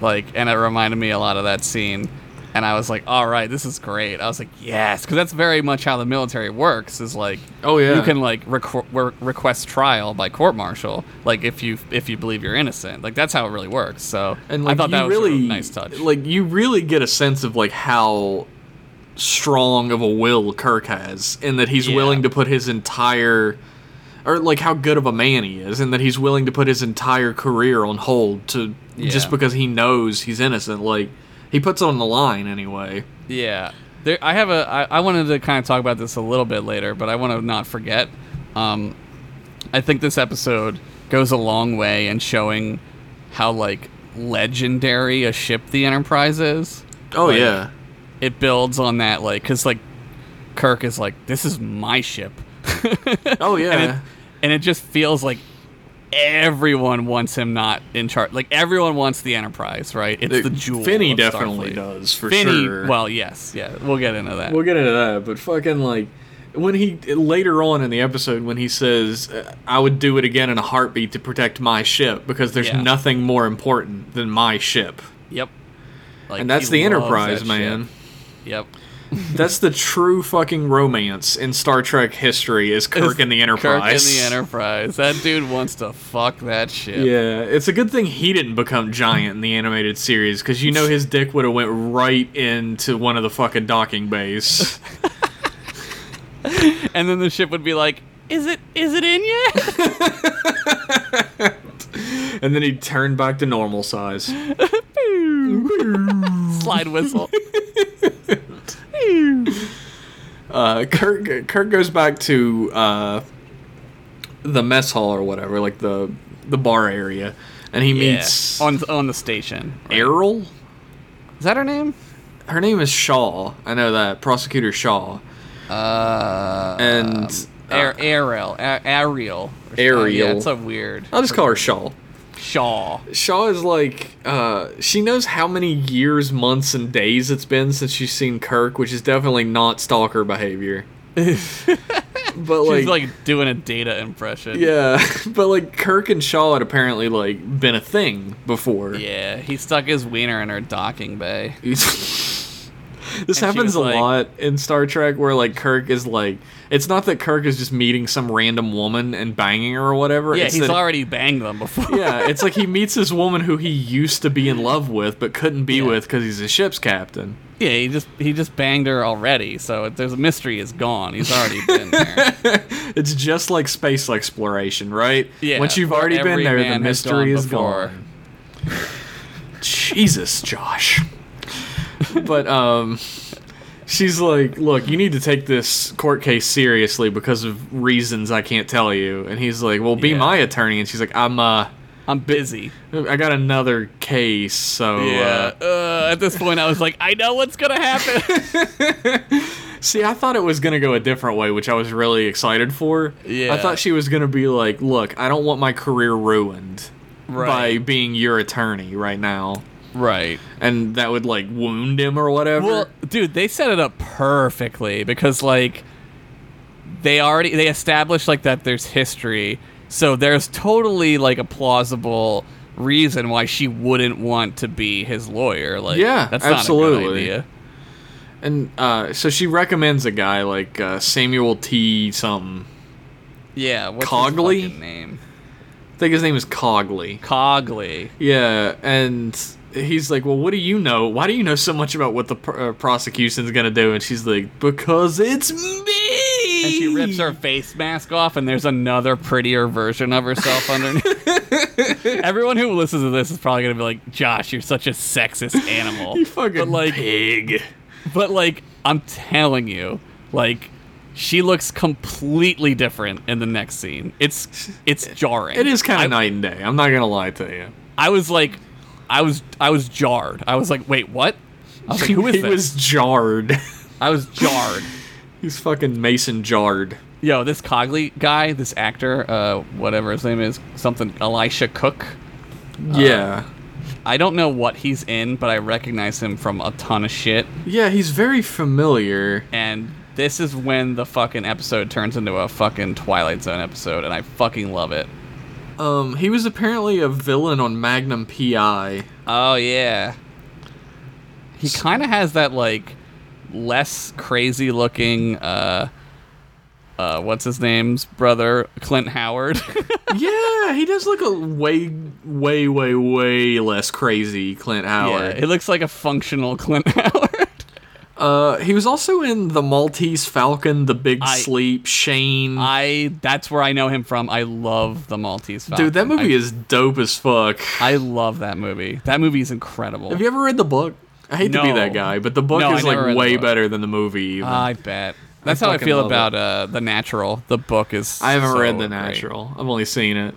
Speaker 2: like, and it reminded me a lot of that scene, and I was like, all right, this is great. I was like, yes, because that's very much how the military works. Is like,
Speaker 1: Oh, yeah.
Speaker 2: you can like requ- re- request trial by court martial, like if you if you believe you're innocent, like that's how it really works. So
Speaker 1: And like
Speaker 2: I thought
Speaker 1: you
Speaker 2: that was
Speaker 1: really
Speaker 2: a nice touch.
Speaker 1: Like you really get a sense of like how strong of a will Kirk has, and that he's
Speaker 2: Yeah.
Speaker 1: willing to put his entire, or like how good of a man he is, and that he's willing to put his entire career on hold to
Speaker 2: Yeah.
Speaker 1: just because he knows he's innocent. Like he puts it on the line anyway.
Speaker 2: Yeah. There, I have a. I, I wanted to kind of talk about this a little bit later, but I want to not forget. Um, I think this episode goes a long way in showing how like legendary a ship the Enterprise is.
Speaker 1: Oh
Speaker 2: Like,
Speaker 1: yeah,
Speaker 2: It builds on that, like, cause like Kirk is like, this is my ship, (laughs)
Speaker 1: oh yeah.
Speaker 2: and it and it just feels like everyone wants him not in charge. Like everyone wants the Enterprise, right? It's the jewel.
Speaker 1: Finney
Speaker 2: of
Speaker 1: definitely
Speaker 2: Starfleet.
Speaker 1: does for
Speaker 2: Finney,
Speaker 1: sure.
Speaker 2: well, yes, yeah, we'll get into that.
Speaker 1: We'll get into that, but fucking like when he later on in the episode when he says uh, I would do it again in a heartbeat to protect my ship because there's
Speaker 2: Yeah.
Speaker 1: nothing more important than my ship.
Speaker 2: Yep. Like,
Speaker 1: And that's
Speaker 2: he
Speaker 1: the
Speaker 2: loves
Speaker 1: Enterprise,
Speaker 2: that
Speaker 1: man.
Speaker 2: shit. Yep.
Speaker 1: That's the true fucking romance in Star Trek history is Kirk and the Enterprise.
Speaker 2: Kirk in the Enterprise. That dude wants to fuck that shit.
Speaker 1: Yeah, it's a good thing he didn't become giant in the animated series because you know his dick would have went right into one of the fucking docking
Speaker 2: (laughs)
Speaker 1: bays.
Speaker 2: And then the ship would be like, "Is it? Is it in yet?" (laughs)
Speaker 1: and then he'd turn back to normal size.
Speaker 2: Slide
Speaker 1: (laughs)
Speaker 2: whistle.
Speaker 1: uh, Kirk Kirk goes back to uh, the mess hall or whatever, like the the bar area, and he meets
Speaker 2: on on the station. right?
Speaker 1: Errol.
Speaker 2: Is that her name?
Speaker 1: Her name is Shaw. I know that prosecutor Shaw
Speaker 2: Uh,
Speaker 1: and
Speaker 2: Ar-
Speaker 1: uh,
Speaker 2: Ariel. A- Ariel. or something.
Speaker 1: Ariel.
Speaker 2: Yeah, it's a weird.
Speaker 1: I'll just call her Shaw.
Speaker 2: Shaw.
Speaker 1: Shaw is like uh, she knows how many years, months, and days it's been since she's seen Kirk, which is definitely not stalker behavior. but
Speaker 2: She's like doing a data impression.
Speaker 1: Yeah, (laughs) but like Kirk and Shaw had apparently like been a thing before.
Speaker 2: Yeah. He stuck his wiener in her docking bay.
Speaker 1: (laughs) this
Speaker 2: she
Speaker 1: happens
Speaker 2: was
Speaker 1: a
Speaker 2: like-
Speaker 1: lot in Star Trek where like Kirk is like it's not that Kirk is just meeting some random woman and banging her or whatever.
Speaker 2: Yeah,
Speaker 1: it's
Speaker 2: he's
Speaker 1: that-
Speaker 2: already banged them
Speaker 1: (laughs)
Speaker 2: before.
Speaker 1: Yeah, it's like he meets this woman who he used to be in love with but couldn't be
Speaker 2: Yeah.
Speaker 1: with cuz he's a ship's captain. (laughs)
Speaker 2: Yeah, he just he just banged her already, so there's a mystery is gone. He's already been there.
Speaker 1: It's just like space exploration, right? (laughs)
Speaker 2: Yeah,
Speaker 1: Once you've
Speaker 2: where
Speaker 1: already been
Speaker 2: every
Speaker 1: there, the
Speaker 2: man has
Speaker 1: mystery
Speaker 2: gone
Speaker 1: is
Speaker 2: before.
Speaker 1: gone. Jesus, Josh. but um she's like, "Look, you need to take this court case seriously because of reasons I can't tell you." And he's like, "Well, be
Speaker 2: Yeah.
Speaker 1: my attorney." And she's like, "I'm uh
Speaker 2: I'm busy.
Speaker 1: I got another case, so
Speaker 2: Yeah.
Speaker 1: yeah.
Speaker 2: Uh, at this point, I was like, I know what's
Speaker 1: (laughs)
Speaker 2: gonna happen.
Speaker 1: See, I thought it was gonna go a different way, which I was really excited for.
Speaker 2: Yeah.
Speaker 1: I thought she was gonna be like, "Look, I don't want my career ruined by
Speaker 2: Right.
Speaker 1: being your attorney right now,"
Speaker 2: right.
Speaker 1: and that would like wound him or whatever.
Speaker 2: Well, dude, they set it up perfectly because like they already they established like that there's history, so there's totally like a plausible reason why she wouldn't want to be his lawyer. Like,
Speaker 1: Yeah,
Speaker 2: that's not a good
Speaker 1: absolutely.
Speaker 2: idea.
Speaker 1: and uh, so she recommends a guy like uh, Samuel T. Something.
Speaker 2: Yeah, what's his
Speaker 1: Cogley?
Speaker 2: fucking name?
Speaker 1: I think his name is Cogley.
Speaker 2: Cogley.
Speaker 1: Yeah, and he's like, "Well, what do you know? Why do you know so much about what the pr- uh, prosecution's gonna do?" And she's like, "Because it's me."
Speaker 2: And she rips her face mask off, and there's another prettier version of herself
Speaker 1: (laughs)
Speaker 2: underneath. Everyone who listens to this is probably gonna be like, "Josh, you're such a sexist animal."
Speaker 1: (laughs) (laughs) You fucking
Speaker 2: but like,
Speaker 1: pig.
Speaker 2: but like, I'm telling you, like, she looks completely different in the next scene. It's it's jarring.
Speaker 1: It is kind
Speaker 2: I-
Speaker 1: of night and day. I'm not gonna lie to
Speaker 2: (laughs)
Speaker 1: you.
Speaker 2: I was like, I was I was jarred. I was like, wait, what? I was like, who is
Speaker 1: he
Speaker 2: this?
Speaker 1: was jarred.
Speaker 2: I was jarred.
Speaker 1: (laughs) he's fucking Mason jarred.
Speaker 2: Yo, this Cogley guy, this actor, uh, whatever his name is, something Elisha Cook. Uh.
Speaker 1: yeah.
Speaker 2: I don't know what he's in, but I recognize him from a ton of shit.
Speaker 1: Yeah, he's very familiar.
Speaker 2: And this is when the fucking episode turns into a fucking Twilight Zone episode, and I fucking love it.
Speaker 1: Um, he was apparently a villain on Magnum PI.
Speaker 2: Oh yeah. He kind of has that like less crazy looking uh uh what's his name's brother Clint Howard. (laughs)
Speaker 1: yeah, he does look a way, way, way, way less crazy Clint
Speaker 2: yeah,
Speaker 1: Howard.
Speaker 2: it looks like a functional (laughs) Clint Howard.
Speaker 1: Uh, he was also in The Maltese Falcon, The Big
Speaker 2: I-
Speaker 1: Sleep, Shane.
Speaker 2: I that's where I know him from. I love the Maltese Falcon.
Speaker 1: Dude, that movie is dope as fuck.
Speaker 2: I, I love that movie. That movie is incredible.
Speaker 1: Have you ever read the book? I hate to be
Speaker 2: No.
Speaker 1: that guy, but the book
Speaker 2: No, I
Speaker 1: is like
Speaker 2: never read the
Speaker 1: way
Speaker 2: book. Uh,
Speaker 1: better than the movie. Even.
Speaker 2: I bet. That's how I
Speaker 1: fucking
Speaker 2: feel
Speaker 1: love
Speaker 2: about uh The Natural. The book is
Speaker 1: I haven't
Speaker 2: so
Speaker 1: read The
Speaker 2: great.
Speaker 1: Natural. I've only seen it.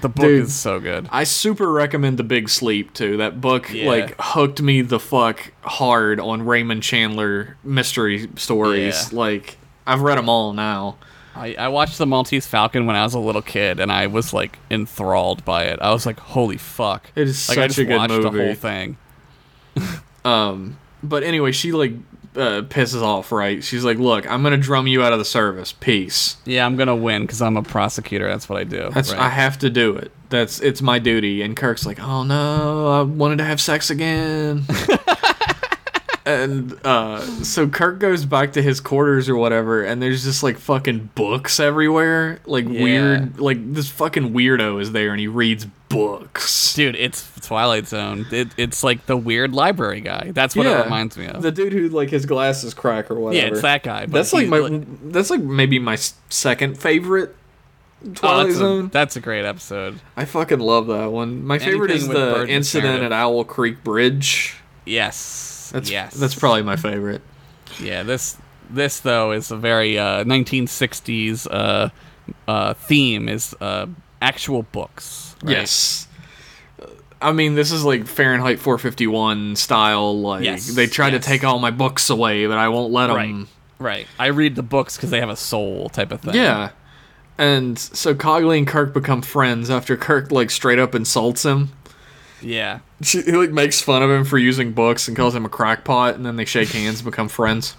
Speaker 2: The book
Speaker 1: Dude.
Speaker 2: is so good.
Speaker 1: I super recommend The Big Sleep too. That book
Speaker 2: Yeah.
Speaker 1: like hooked me the fuck hard on Raymond Chandler mystery stories.
Speaker 2: Yeah.
Speaker 1: Like I've read them all now.
Speaker 2: I, I watched the Maltese Falcon when I was a little kid, and I was like enthralled by it. I was like, "Holy fuck!"
Speaker 1: It is
Speaker 2: like, I
Speaker 1: such
Speaker 2: just
Speaker 1: a good
Speaker 2: watched the
Speaker 1: movie.
Speaker 2: whole thing.
Speaker 1: But anyway, she like uh, pisses off. Right? She's like, "Look, I'm gonna drum you out of the service. Peace.
Speaker 2: Yeah, I'm gonna win because I'm a prosecutor. That's what I do.
Speaker 1: That's I
Speaker 2: right?
Speaker 1: have to do it. That's it's my duty." And Kirk's like, "Oh no, I wanted to have sex
Speaker 2: (laughs)
Speaker 1: again." And uh, so Kirk goes back to his quarters or whatever, and there's just like fucking books everywhere. Like
Speaker 2: Yeah.
Speaker 1: weird, like this fucking weirdo is there and he reads books.
Speaker 2: dude. It's Twilight Zone. It, it's like the weird library guy. That's what it reminds me of.
Speaker 1: The dude who like his glasses crack or whatever.
Speaker 2: yeah, it's that guy. but
Speaker 1: That's like
Speaker 2: he's
Speaker 1: my. that's like maybe my s- second favorite Twilight
Speaker 2: oh, that's,
Speaker 1: Zone.
Speaker 2: a, that's a great episode.
Speaker 1: I fucking love that one. My favorite
Speaker 2: Anything
Speaker 1: is
Speaker 2: with
Speaker 1: the
Speaker 2: bird is
Speaker 1: incident
Speaker 2: narrative.
Speaker 1: at Owl Creek Bridge.
Speaker 2: Yes,
Speaker 1: That's
Speaker 2: yes.
Speaker 1: that's probably my favorite.
Speaker 2: yeah. This this though is a very uh, 1960s uh, uh, theme. Is uh, actual books. right?
Speaker 1: Yes. I mean, this is like Fahrenheit 451 style. Like
Speaker 2: Yes,
Speaker 1: they tried
Speaker 2: yes.
Speaker 1: to take all my books away, but I won't let them.
Speaker 2: Right. Right. I read the books because they have a soul type of thing.
Speaker 1: Yeah. And so Cogley and Kirk become friends after Kirk like straight up insults him.
Speaker 2: Yeah.
Speaker 1: She, he like makes fun of him for using books and calls him a crackpot, and then they shake hands, and become friends.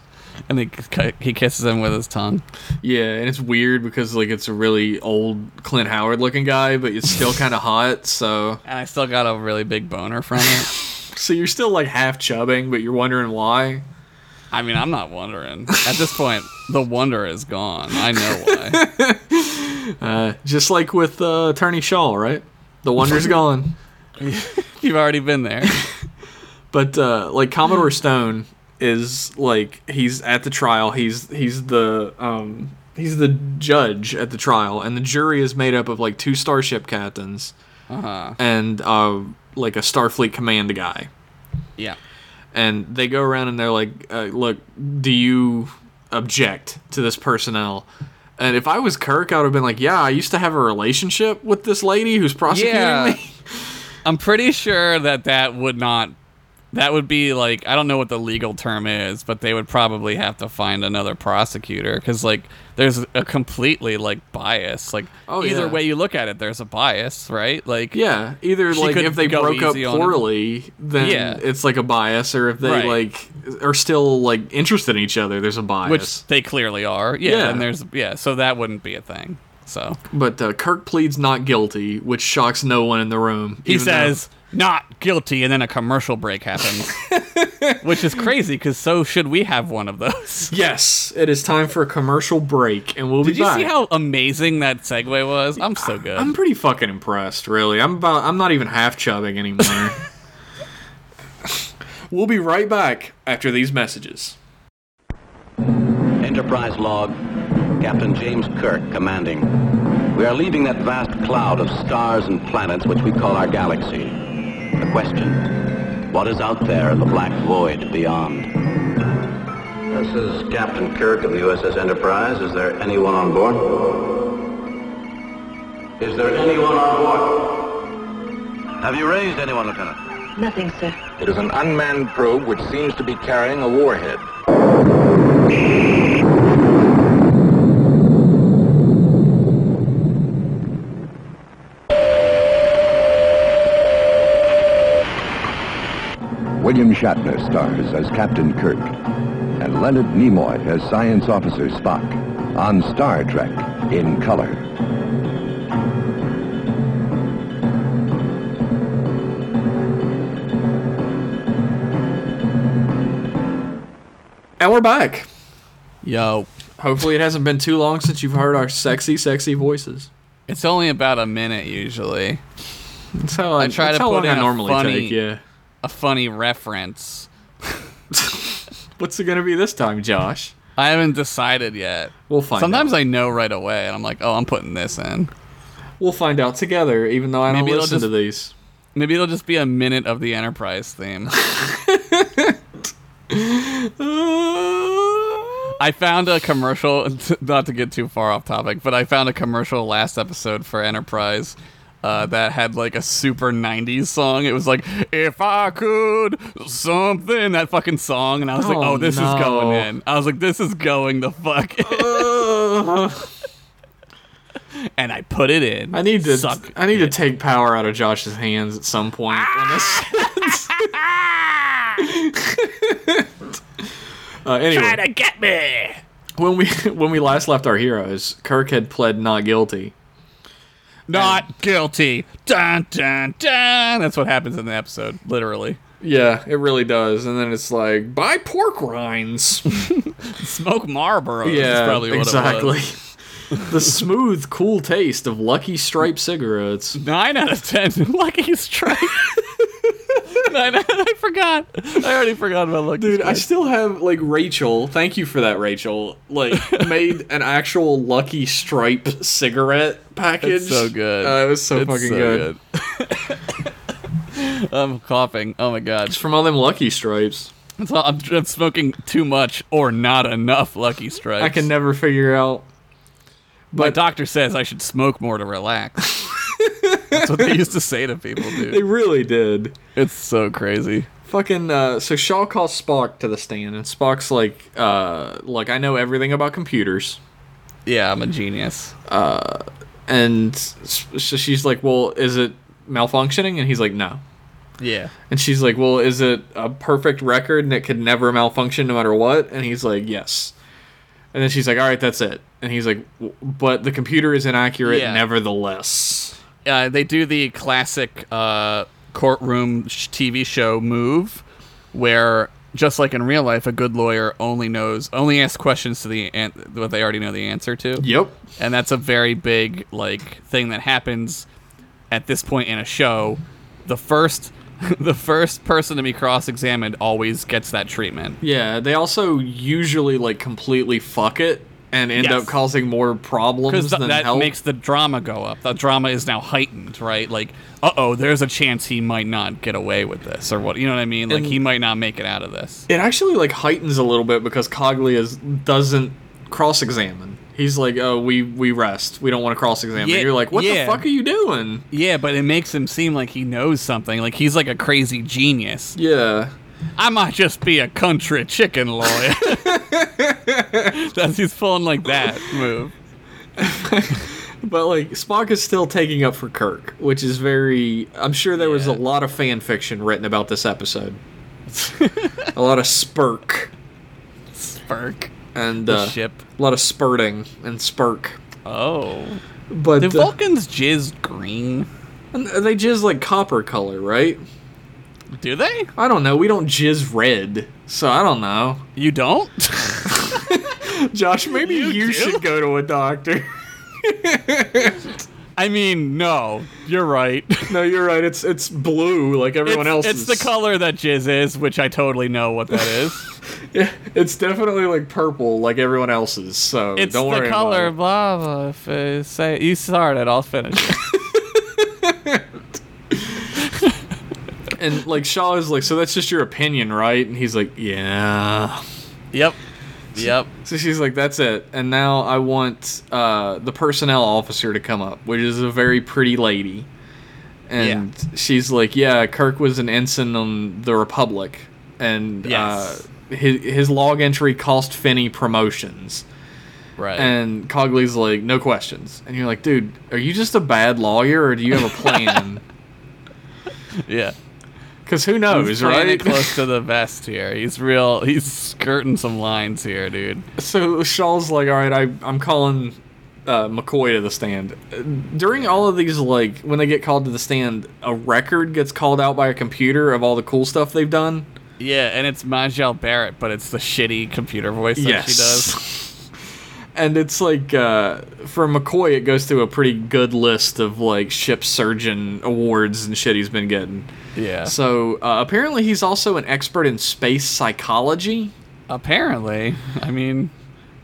Speaker 2: And he, ki- he kisses him with his tongue.
Speaker 1: Yeah, and it's weird because like it's a really old Clint Howard looking guy, but it's still kind of hot. So,
Speaker 2: And I still got a really big boner from it.
Speaker 1: so you're still like half chubbing, but you're wondering why.
Speaker 2: I mean, I'm not wondering. At this point, the wonder is gone. I know why.
Speaker 1: (laughs) Uh, just like with uh, Attorney Shaw, right? The wonder's gone.
Speaker 2: You've already been there.
Speaker 1: But uh, like Commodore Stone is like he's at the trial. He's he's the um, he's the judge at the trial, and the jury is made up of like two starship captains
Speaker 2: Uh-huh.
Speaker 1: and uh, like a Starfleet command guy.
Speaker 2: Yeah.
Speaker 1: and they go around and they're like, uh, "Look, do you object to this personnel?" And if I was Kirk, I would have been like, "Yeah, I used to have a relationship with this lady who's (laughs) prosecuting
Speaker 2: Yeah.
Speaker 1: me."
Speaker 2: I'm pretty sure that that would not. That would be like I don't know what the legal term is, but they would probably have to find another prosecutor because like there's a completely like bias. Like
Speaker 1: Oh,
Speaker 2: either
Speaker 1: yeah.
Speaker 2: way you look at it, there's a bias, right? Like
Speaker 1: Yeah, either
Speaker 2: She
Speaker 1: like
Speaker 2: could
Speaker 1: if they
Speaker 2: go
Speaker 1: broke up
Speaker 2: easy on him.
Speaker 1: poorly, then
Speaker 2: Yeah.
Speaker 1: it's like a bias, or if they
Speaker 2: Right.
Speaker 1: like are still like interested in each other, there's a bias.
Speaker 2: which they clearly are. Yeah,
Speaker 1: Yeah.
Speaker 2: and there's yeah, so that wouldn't be a thing. So
Speaker 1: but uh, Kirk pleads not guilty, which shocks no one in the room.
Speaker 2: he
Speaker 1: even though- (laughs)
Speaker 2: says not guilty, and then a commercial break happens. which is crazy because so should we have one of those.
Speaker 1: Yes, it is time for a commercial break, and we'll
Speaker 2: Did
Speaker 1: be
Speaker 2: you
Speaker 1: back.
Speaker 2: see how amazing that segue was? I'm so good.
Speaker 1: I'm pretty fucking impressed, really. I'm about. I'm not even half chubbing
Speaker 2: (laughs)
Speaker 1: anymore. we'll be right back after these messages.
Speaker 3: Enterprise log, Captain James Kirk commanding. We are leaving that vast cloud of stars and planets which we call our galaxy. The question, what is out there in the black void beyond? This is Captain Kirk of the USS Enterprise. Is there anyone on board? Is there anyone on board? Have you raised anyone, Lieutenant?
Speaker 4: Nothing, sir.
Speaker 5: It is an unmanned probe which seems to be carrying a warhead.
Speaker 6: William Shatner stars as Captain Kirk, and Leonard Nimoy as Science Officer Spock on Star Trek in color.
Speaker 1: And we're back.
Speaker 2: Yo,
Speaker 1: Hopefully, it hasn't been too long since you've heard our sexy, sexy voices.
Speaker 2: it's only about a minute usually.
Speaker 1: That's how I,
Speaker 2: try
Speaker 1: that's
Speaker 2: to
Speaker 1: how
Speaker 2: put
Speaker 1: long
Speaker 2: in
Speaker 1: I
Speaker 2: a
Speaker 1: normally
Speaker 2: funny-
Speaker 1: take. Yeah.
Speaker 2: A funny reference.
Speaker 1: What's it gonna be this time, Josh?
Speaker 2: I haven't decided yet.
Speaker 1: We'll find.
Speaker 2: Sometimes
Speaker 1: out.
Speaker 2: I know right away, and I'm like, oh, I'm putting this in.
Speaker 1: we'll find out together, even though I don't
Speaker 2: Maybe it'll
Speaker 1: listen to
Speaker 2: just-
Speaker 1: these.
Speaker 2: Maybe it'll just be a minute of the Enterprise theme. (laughs) I found a commercial, (laughs) not to get too far off topic, but I found a commercial last episode for Enterprise uh, that had like a super 90s song. It was like, if I could something, that fucking song. And I was like,
Speaker 1: Oh,
Speaker 2: oh, this
Speaker 1: no.
Speaker 2: is going in. I was like, this is going the fuck. in."
Speaker 1: (laughs)
Speaker 2: and I put it in.
Speaker 1: I need to.
Speaker 2: Suck.
Speaker 1: I need to take power out of Josh's hands at some point. on this.
Speaker 2: Ah!
Speaker 1: (laughs) uh, anyway,
Speaker 2: to get me.
Speaker 1: when we when we last left our heroes, Kirk had pled not guilty.
Speaker 2: Not guilty. Dun dun dun. That's what happens in the episode, literally.
Speaker 1: Yeah, it really does. And then it's like buy pork (laughs) rinds.
Speaker 2: Smoke Marlboro. is
Speaker 1: yeah,
Speaker 2: probably what It
Speaker 1: exactly. (laughs)
Speaker 2: was.
Speaker 1: the smooth, cool taste of Lucky Stripe cigarettes.
Speaker 2: Nine out of ten. (laughs) Lucky strike. (laughs) Nine out- I forgot. I already forgot about Lucky
Speaker 1: Dude, I
Speaker 2: Strike.
Speaker 1: still have like Rachel. Thank you for that, Rachel.
Speaker 2: (laughs)
Speaker 1: Like made an actual Lucky Stripe cigarette package.
Speaker 2: It's so good.
Speaker 1: Uh, it was so
Speaker 2: It's
Speaker 1: fucking good.
Speaker 2: good. (laughs) I'm coughing. Oh my god. (laughs)
Speaker 1: It's from all them Lucky Stripes.
Speaker 2: It's all- I'm, I'm smoking too much or not enough Lucky Strikes.
Speaker 1: I can never figure out.
Speaker 2: My doctor says I should smoke more
Speaker 1: (laughs)
Speaker 2: to relax. That's what they used to say to people, dude.
Speaker 1: They really did.
Speaker 2: It's so crazy.
Speaker 1: Fucking uh, so Shaw calls Spock to the stand, and Spock's like, uh, "Look, I know everything about computers."
Speaker 2: Yeah, I'm a genius.
Speaker 1: And s- so she's like, "Well, is it malfunctioning?" And he's like, "No."
Speaker 2: Yeah.
Speaker 1: And she's like, "Well, is it a perfect record and it could never malfunction no matter what?" And he's like, "Yes." And then she's like, "All right, that's it." And he's like, "W- "But the computer is inaccurate,
Speaker 2: Yeah.
Speaker 1: nevertheless."
Speaker 2: Uh, they do the classic uh, courtroom sh- TV show move where, just like in real life, a good lawyer only knows, only asks questions to the an- what they already know the answer to.
Speaker 1: Yep.
Speaker 2: And that's a very big, like, thing that happens at this point in a show. The first. (laughs) the first person to be cross-examined always gets that treatment.
Speaker 1: Yeah, they also usually like completely fuck it and end
Speaker 2: Yes.
Speaker 1: up causing more problems
Speaker 2: because
Speaker 1: than
Speaker 2: that
Speaker 1: help.
Speaker 2: makes the drama go up. The drama is now heightened, right? Like, uh oh, there's a chance he might not get away with this, or what? You know what I mean? Like,
Speaker 1: And-
Speaker 2: he might not make it out of this.
Speaker 1: it actually like heightens a little bit because Coglia is, doesn't cross-examine. He's like, "Oh, we we rest. We don't want to cross-examine."
Speaker 2: Yeah,
Speaker 1: You're like, "What
Speaker 2: yeah.
Speaker 1: the fuck are you doing?"
Speaker 2: Yeah, but it makes him seem like he knows something. Like he's like a crazy genius.
Speaker 1: Yeah.
Speaker 2: I might just be a country chicken lawyer. (laughs) That's he's pulling like that move.
Speaker 1: But like Spock is still taking up for Kirk, which is very. I'm sure there was a
Speaker 2: Yeah.
Speaker 1: lot of fan fiction written about this episode. (laughs) a lot of spurk
Speaker 2: Spurk.
Speaker 1: and
Speaker 2: The
Speaker 1: uh,
Speaker 2: ship.
Speaker 1: A lot of spurting and spurk.
Speaker 2: Oh,
Speaker 1: But
Speaker 2: the
Speaker 1: uh,
Speaker 2: Vulcans jizz green.
Speaker 1: and they just like copper color, right?
Speaker 2: Do they?
Speaker 1: I don't know. We don't jizz red, so I don't
Speaker 2: (laughs)
Speaker 1: know.
Speaker 2: You don't?
Speaker 1: Josh, maybe you,
Speaker 2: do?
Speaker 1: should go to a doctor.
Speaker 2: I mean, no. You're right.
Speaker 1: (laughs)
Speaker 2: (laughs)
Speaker 1: no, you're right. It's it's blue like everyone else.
Speaker 2: it's, it's the color that jizz is, which I totally know what that (laughs) is.
Speaker 1: Yeah, (laughs) it's definitely like purple like everyone else's. So
Speaker 2: it's
Speaker 1: don't
Speaker 2: the
Speaker 1: worry
Speaker 2: color,
Speaker 1: about
Speaker 2: blah blah. If, uh, say you started, I'll finish. it.
Speaker 1: it. And like Shaw is like, so that's just your opinion, right? And he's like, yeah.
Speaker 2: (laughs) yep. Yep.
Speaker 1: So she's like, that's it. And now I want uh, the personnel officer to come up, which is a very pretty lady. And she's like, yeah, Kirk was an ensign on the Republic. And
Speaker 2: Yes.
Speaker 1: uh, his, his log entry cost Finney promotions.
Speaker 2: Right.
Speaker 1: And Cogley's like, no questions. And you're like, dude, are you just a bad lawyer or do you have a
Speaker 2: (laughs)
Speaker 1: plan?
Speaker 2: yeah.
Speaker 1: Because who knows,
Speaker 2: Oh, He's playing
Speaker 1: right?
Speaker 2: it close (laughs) to the vest here. He's real. He's skirting some lines here, dude.
Speaker 1: So Shaw's like, all right, I, I'm calling uh, McCoy to the stand. During all of these, like, when they get called to the stand, a record gets called out by a computer of all the cool stuff they've done.
Speaker 2: Yeah, and it's Majel Barrett, but it's the shitty computer voice that she does.
Speaker 1: and it's like, uh, for McCoy, it goes through a pretty good list of, like, ship surgeon awards and shit he's been getting.
Speaker 2: Yeah.
Speaker 1: So uh, apparently, he's also an expert in space psychology.
Speaker 2: Apparently, I mean,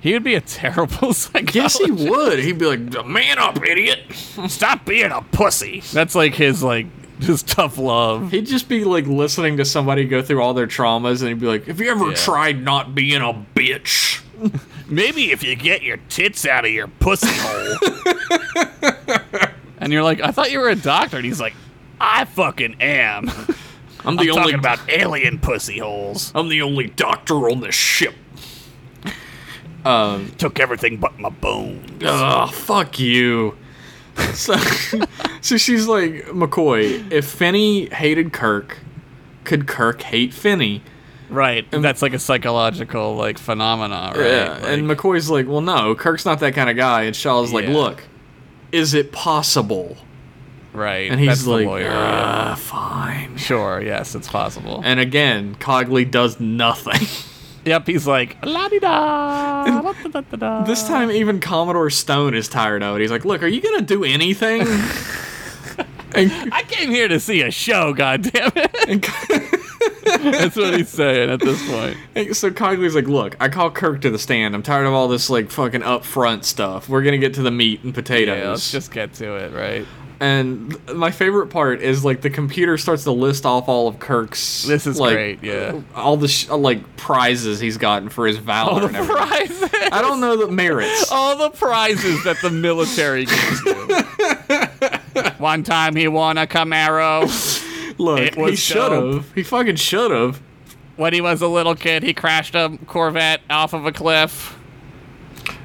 Speaker 2: he would be a (laughs) terrible psychologist.
Speaker 1: Yes, (laughs) he would. He'd be like, man up, idiot.
Speaker 2: (laughs) Stop being a pussy. That's like his like his tough love.
Speaker 1: He'd just be like listening to somebody go through all their traumas, and he'd be like, "Have you ever
Speaker 2: Yeah.
Speaker 1: tried not being a bitch?"
Speaker 2: Maybe if you get your tits out of your
Speaker 1: (laughs)
Speaker 2: pussy hole. and you're like, I thought you were a doctor. And he's like, I fucking (laughs) am.
Speaker 1: I'm the only
Speaker 2: alien pussy holes.
Speaker 1: I'm the only doctor on this ship.
Speaker 2: Took everything but my bones.
Speaker 1: Ugh, fuck you. (laughs) So, so she's like, McCoy, if Finney hated Kirk, could Kirk hate Finney?
Speaker 2: Right. And that's like a psychological like phenomena, right?
Speaker 1: Yeah.
Speaker 2: Like-
Speaker 1: Uh, and McCoy's like, well, no, Kirk's not that kind of guy. And Shaw's like,
Speaker 2: Yeah.
Speaker 1: look, is it possible?
Speaker 2: right.
Speaker 1: And he's
Speaker 2: that's
Speaker 1: like,
Speaker 2: the lawyer. yeah.
Speaker 1: uh, fine.
Speaker 2: Sure, yes, it's possible.
Speaker 1: And again, Cogley does nothing. (laughs)
Speaker 2: yep, he's like la di da. da, da, da, da."
Speaker 1: This time, even Commodore Stone is tired of it. He's like, "Look, are you gonna do
Speaker 2: (laughs)
Speaker 1: anything?" and,
Speaker 2: I came here to see a show, goddamn it.
Speaker 1: and, (laughs)
Speaker 2: That's what he's saying at this point.
Speaker 1: and so Cogley's like, "Look, I call Kirk to the stand. I'm tired of all this like fucking upfront stuff. We're gonna get to the meat and potatoes."
Speaker 2: Yeah, let's just get to it, right?
Speaker 1: And th- my favorite part is like the computer starts to list off all of Kirk's.
Speaker 2: This is
Speaker 1: like,
Speaker 2: great, yeah.
Speaker 1: All the sh- uh, like prizes he's gotten for his valor.
Speaker 2: All the
Speaker 1: and everything.
Speaker 2: prizes. Oh,
Speaker 1: I don't know the
Speaker 2: (laughs)
Speaker 1: merits.
Speaker 2: all the prizes that the military gives you.
Speaker 1: (laughs)
Speaker 2: One time he won a Camaro.
Speaker 1: Look,
Speaker 2: it was
Speaker 1: he should
Speaker 2: dope.
Speaker 1: have. He fucking should have.
Speaker 2: When he was a little kid, he crashed a Corvette off of a cliff.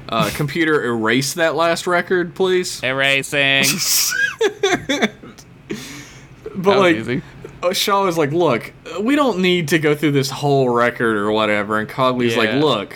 Speaker 1: Uh, computer, erase that last record, please. (laughs)
Speaker 2: Erasing.
Speaker 1: But like,
Speaker 2: easy.
Speaker 1: uh, Shaw is like, look, uh, we don't need to go through this whole record or whatever. And Cogley's like,
Speaker 2: Yeah.
Speaker 1: look,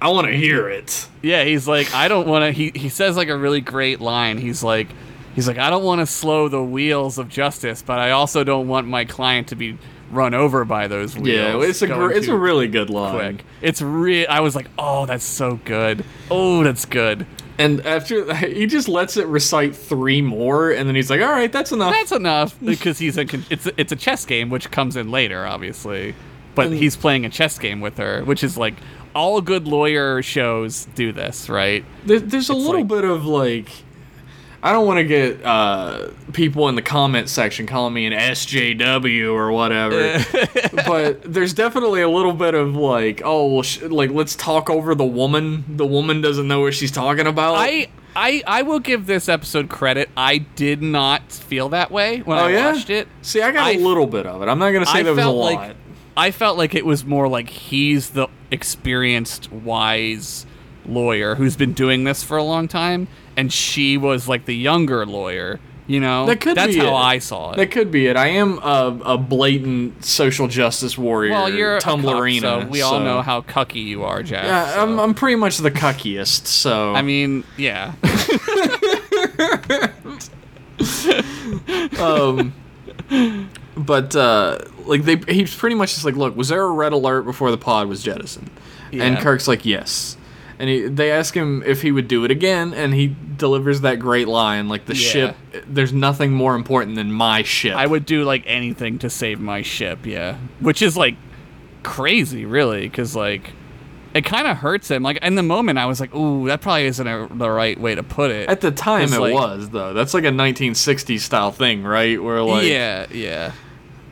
Speaker 1: I want to hear it.
Speaker 2: Yeah, he's like, I don't want to. He, he says like a really great line. He's like, he's like, I don't want to slow the wheels of justice, but I also don't want my client to be run over by those wheels.
Speaker 1: Yeah, it's a
Speaker 2: going
Speaker 1: gr- it's a
Speaker 2: too
Speaker 1: really good line.
Speaker 2: quick. It's real. I was like, oh, that's so good. Oh, that's good.
Speaker 1: And after (laughs) he just lets it recite three more, and then he's like, all right, that's enough.
Speaker 2: That's enough (laughs) because he's in. con- It's a, it's a chess game, which comes in later, obviously. But he's playing a chess game with her, which is like all good lawyer shows do this, right?
Speaker 1: There, there's a little
Speaker 2: like-
Speaker 1: bit of like, I don't want to get uh, people in the comment section calling me an SJW or whatever, (laughs) but there's definitely a little bit of like, oh, well, sh- like let's talk over the woman. The woman doesn't know what she's talking about.
Speaker 2: I I I will give this episode credit. I did not feel that way when
Speaker 1: oh
Speaker 2: I
Speaker 1: yeah.
Speaker 2: watched it.
Speaker 1: See, I got a
Speaker 2: I-
Speaker 1: little bit of it. I'm not gonna say
Speaker 2: I
Speaker 1: there was a
Speaker 2: felt
Speaker 1: lot.
Speaker 2: like I felt like it was more like he's the experienced, wise lawyer who's been doing this for a long time, and she was like the younger lawyer. You know,
Speaker 1: that could
Speaker 2: that's
Speaker 1: be
Speaker 2: how
Speaker 1: it.
Speaker 2: I saw it.
Speaker 1: That could be it. I am a, a blatant social justice warrior.
Speaker 2: well, you're a cop,
Speaker 1: Tumblrina.
Speaker 2: so we all
Speaker 1: so-
Speaker 2: know how cucky you are, Jack.
Speaker 1: Yeah,
Speaker 2: so-
Speaker 1: I'm, I'm pretty much the cuckiest. So
Speaker 2: I mean, yeah,
Speaker 1: but uh, like they, he's pretty much just like, look, was there a red alert before the pod was jettisoned? And
Speaker 2: Yeah.
Speaker 1: Kirk's like, yes. And he, they ask him if he would do it again, and he delivers that great line, like the
Speaker 2: Yeah.
Speaker 1: ship. There's nothing more important than my ship.
Speaker 2: I would do like anything to save my ship, yeah. Which is like crazy, really, because like it kind of hurts him. Like in the moment, I was like, "Ooh, that probably isn't a, the right way to put it."
Speaker 1: At the time,
Speaker 2: It's
Speaker 1: it
Speaker 2: like-
Speaker 1: was though. That's like a 1960s style thing, right? Where like,
Speaker 2: yeah, yeah.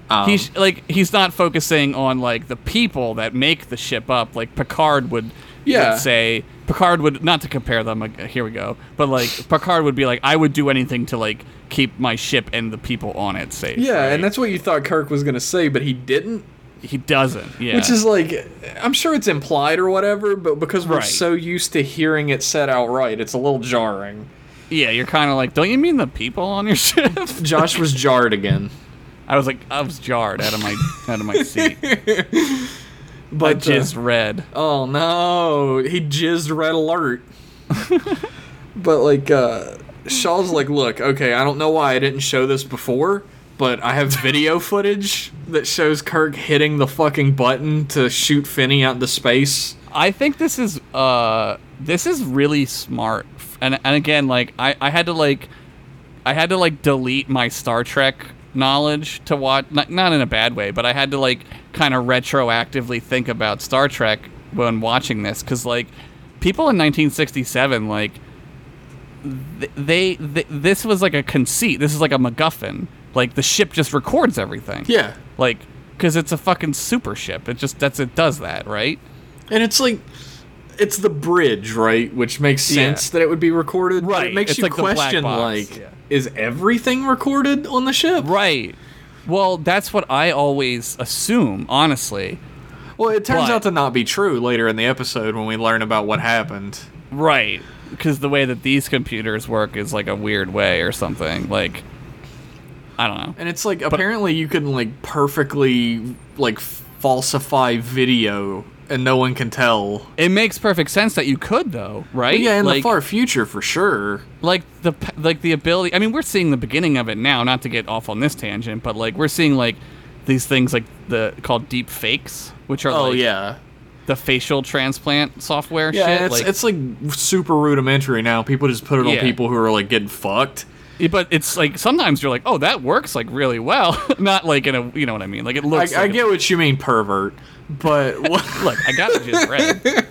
Speaker 1: um,
Speaker 2: he's like he's not focusing on like the people that make the ship up. Like Picard would,
Speaker 1: Yeah.
Speaker 2: would say Picard would not to compare them. Like, here we go, but like
Speaker 1: (laughs)
Speaker 2: Picard would be like, "I would do anything to like keep my ship and the people on it safe."
Speaker 1: yeah, and
Speaker 2: right?
Speaker 1: that's what you thought Kirk was gonna say, but he didn't.
Speaker 2: he doesn't. Yeah,
Speaker 1: Which is like, I'm sure it's implied or whatever, but because we're
Speaker 2: Right.
Speaker 1: so used to hearing it said outright, it's a little jarring.
Speaker 2: yeah. You're kind of like, don't you mean the people on your (laughs) ship?
Speaker 1: Josh was jarred again,
Speaker 2: I was like, I was jarred out of my out
Speaker 1: (laughs)
Speaker 2: of my seat. I
Speaker 1: but uh,
Speaker 2: jizz red.
Speaker 1: oh no, he jizzed red alert. (laughs) but like, uh, Shaw's like, look, okay, I don't know why I didn't show this before, but I have video footage that shows Kirk hitting the fucking button to shoot Finney out into space.
Speaker 2: I think this is uh this is really smart. And and again, like I I had to like I had to like delete my Star Trek knowledge to watch not, not in a bad way, but I had to like kind of retroactively think about Star Trek when watching this cuz like people in 1967 like th- they, they this was like a conceit. This is like a MacGuffin. Like the ship just records everything.
Speaker 1: Yeah,
Speaker 2: Like cuz it's a fucking super ship. It just that's it does that, right?
Speaker 1: And it's like it's the bridge, right? Which makes sense that it would be recorded. but It
Speaker 2: Right,
Speaker 1: makes
Speaker 2: it's
Speaker 1: you
Speaker 2: like the black
Speaker 1: question
Speaker 2: box,
Speaker 1: like
Speaker 2: yeah.
Speaker 1: is everything recorded on the ship?
Speaker 2: Right. Well, that's what I always assume, honestly.
Speaker 1: Well, it turns
Speaker 2: But-
Speaker 1: out to not be true later in the episode when we learn about what happened.
Speaker 2: Right. Because the way that these computers work is like a weird way or something. Like, I don't know.
Speaker 1: And it's like apparently you can like perfectly like falsify video and no one can tell.
Speaker 2: It makes perfect sense that you could, though, right?
Speaker 1: Yeah, in the
Speaker 2: like,
Speaker 1: far future for sure.
Speaker 2: like the p- like the ability. I mean, we're seeing the beginning of it now. Not to get off on this tangent, but like we're seeing like these things like the called deep fakes, which are
Speaker 1: Oh
Speaker 2: like
Speaker 1: yeah.
Speaker 2: the facial transplant software.
Speaker 1: Yeah,
Speaker 2: shit.
Speaker 1: and it's
Speaker 2: like,
Speaker 1: it's like super rudimentary now. People just put it on
Speaker 2: Yeah.
Speaker 1: people who are like getting fucked.
Speaker 2: Yeah, but it's like sometimes you're like, oh, that works like really well. (laughs) Not like in a, you know what I mean? Like it
Speaker 1: I,
Speaker 2: looks.
Speaker 1: I
Speaker 2: like
Speaker 1: get what you mean, pervert, but (laughs) what,
Speaker 2: (laughs) Look, I got
Speaker 1: (laughs)
Speaker 2: jizz red.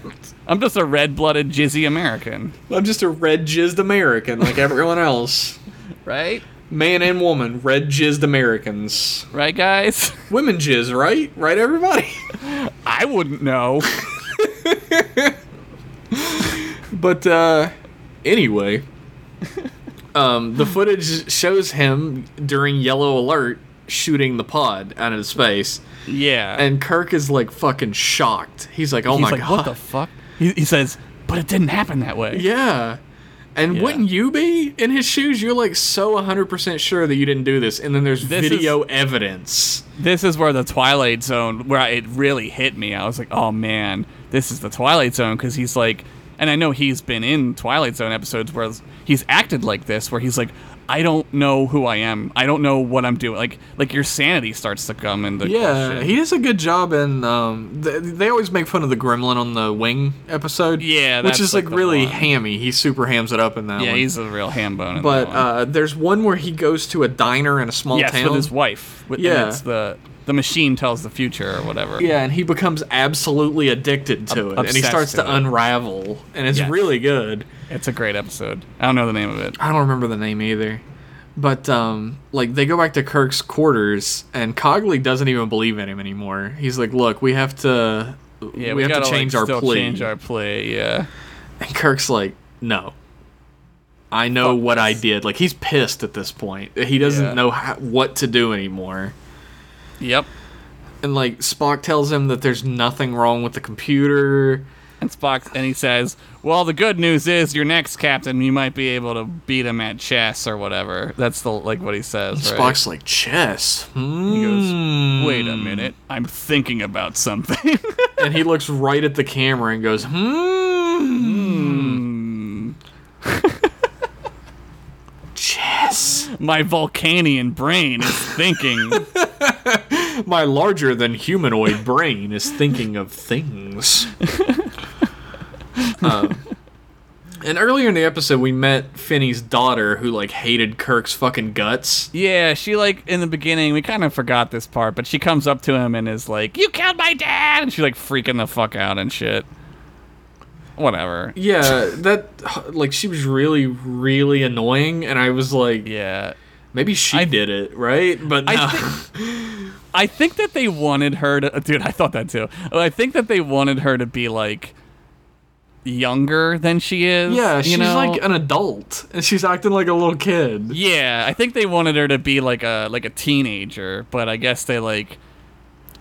Speaker 2: I'm just a red-blooded jizzy American,
Speaker 1: I'm just a red jizzed American like everyone else.
Speaker 2: right?
Speaker 1: Man and woman, red jizzed Americans.
Speaker 2: Right, guys?
Speaker 1: Women jizz, right? Right, everybody?
Speaker 2: I wouldn't know.
Speaker 1: But, uh, anyway, um, the footage shows him during Yellow Alert shooting the pod out into space,
Speaker 2: (laughs) Yeah.
Speaker 1: and Kirk is like fucking shocked. He's like, oh
Speaker 2: he's
Speaker 1: my
Speaker 2: like,
Speaker 1: god.
Speaker 2: what the fuck? He, he says, but it didn't happen that way.
Speaker 1: Yeah. And
Speaker 2: Yeah.
Speaker 1: wouldn't you be in his shoes? You're like so 100% sure that you didn't do this. And then there's
Speaker 2: This is-
Speaker 1: video evidence.
Speaker 2: This is where the Twilight Zone, where I, it really hit me. I was like, oh man, this is the Twilight Zone because he's like, and I know he's been in Twilight Zone episodes where he's acted like this, where he's like, I don't know who I am. I don't know what I'm doing. Like, like your sanity starts to come into
Speaker 1: Yeah,
Speaker 2: question.
Speaker 1: he does a good job in. Um, th- they always make fun of the gremlin on the wing episode.
Speaker 2: Yeah,
Speaker 1: which
Speaker 2: that's
Speaker 1: is like,
Speaker 2: like the
Speaker 1: really
Speaker 2: one.
Speaker 1: hammy. He super hams it up in that
Speaker 2: yeah,
Speaker 1: one.
Speaker 2: he's a real ham bone. in
Speaker 1: but
Speaker 2: that one.
Speaker 1: uh, there's one where he goes to a diner in a small
Speaker 2: yes,
Speaker 1: town.
Speaker 2: with his wife. With,
Speaker 1: Yeah.
Speaker 2: yeah, it's the the machine tells the future or whatever.
Speaker 1: yeah, and he becomes absolutely addicted to it, and he
Speaker 2: obsessed
Speaker 1: starts to
Speaker 2: with it.
Speaker 1: unravel, and it's
Speaker 2: Yes.
Speaker 1: really good.
Speaker 2: it's a great episode. I don't know the name of it.
Speaker 1: I don't remember the name either. But um, like they go back to Kirk's quarters, and Cogley doesn't even believe in him anymore. He's like, "Look, we have to,
Speaker 2: Yeah,
Speaker 1: we, have
Speaker 2: gotta
Speaker 1: to change
Speaker 2: like,
Speaker 1: our
Speaker 2: still
Speaker 1: plea.
Speaker 2: Change our plea. Yeah.
Speaker 1: And Kirk's like, "No, I know what I did." Like he's pissed at this point. He doesn't
Speaker 2: Yeah.
Speaker 1: know how, what to do anymore.
Speaker 2: Yep.
Speaker 1: And like Spock tells him that there's nothing wrong with the computer.
Speaker 2: And Spock, and he says, "Well, the good news is your next captain. You might be able to beat him at chess or whatever." That's the like what he says. Right?
Speaker 1: Spock's like, "Chess." Hmm.
Speaker 2: he goes, "Wait a minute, I'm thinking about something." (laughs)
Speaker 1: and he looks right at the camera and goes, "Hmm." (laughs) Chess.
Speaker 2: My Vulcanian brain is thinking.
Speaker 1: My larger than humanoid brain is thinking of things. (laughs) Um, and earlier in the episode, we met Finney's daughter, who like hated Kirk's fucking guts.
Speaker 2: Yeah, she like in the beginning we kind of forgot this part, but she comes up to him and is like, "You killed my dad," and she like freaking the fuck out and shit. Whatever.
Speaker 1: Yeah, that like she was really, really annoying, and I was like,
Speaker 2: Yeah.
Speaker 1: maybe she did it, right? But
Speaker 2: I
Speaker 1: no.
Speaker 2: I think that they wanted her to, dude. I thought that too. I think that they wanted her to be like younger than she
Speaker 1: (laughs)
Speaker 2: is.
Speaker 1: yeah,
Speaker 2: you
Speaker 1: she's
Speaker 2: know?
Speaker 1: like an adult, and she's acting like a little kid.
Speaker 2: Yeah, I think they wanted her to be like a like a teenager, but I guess they like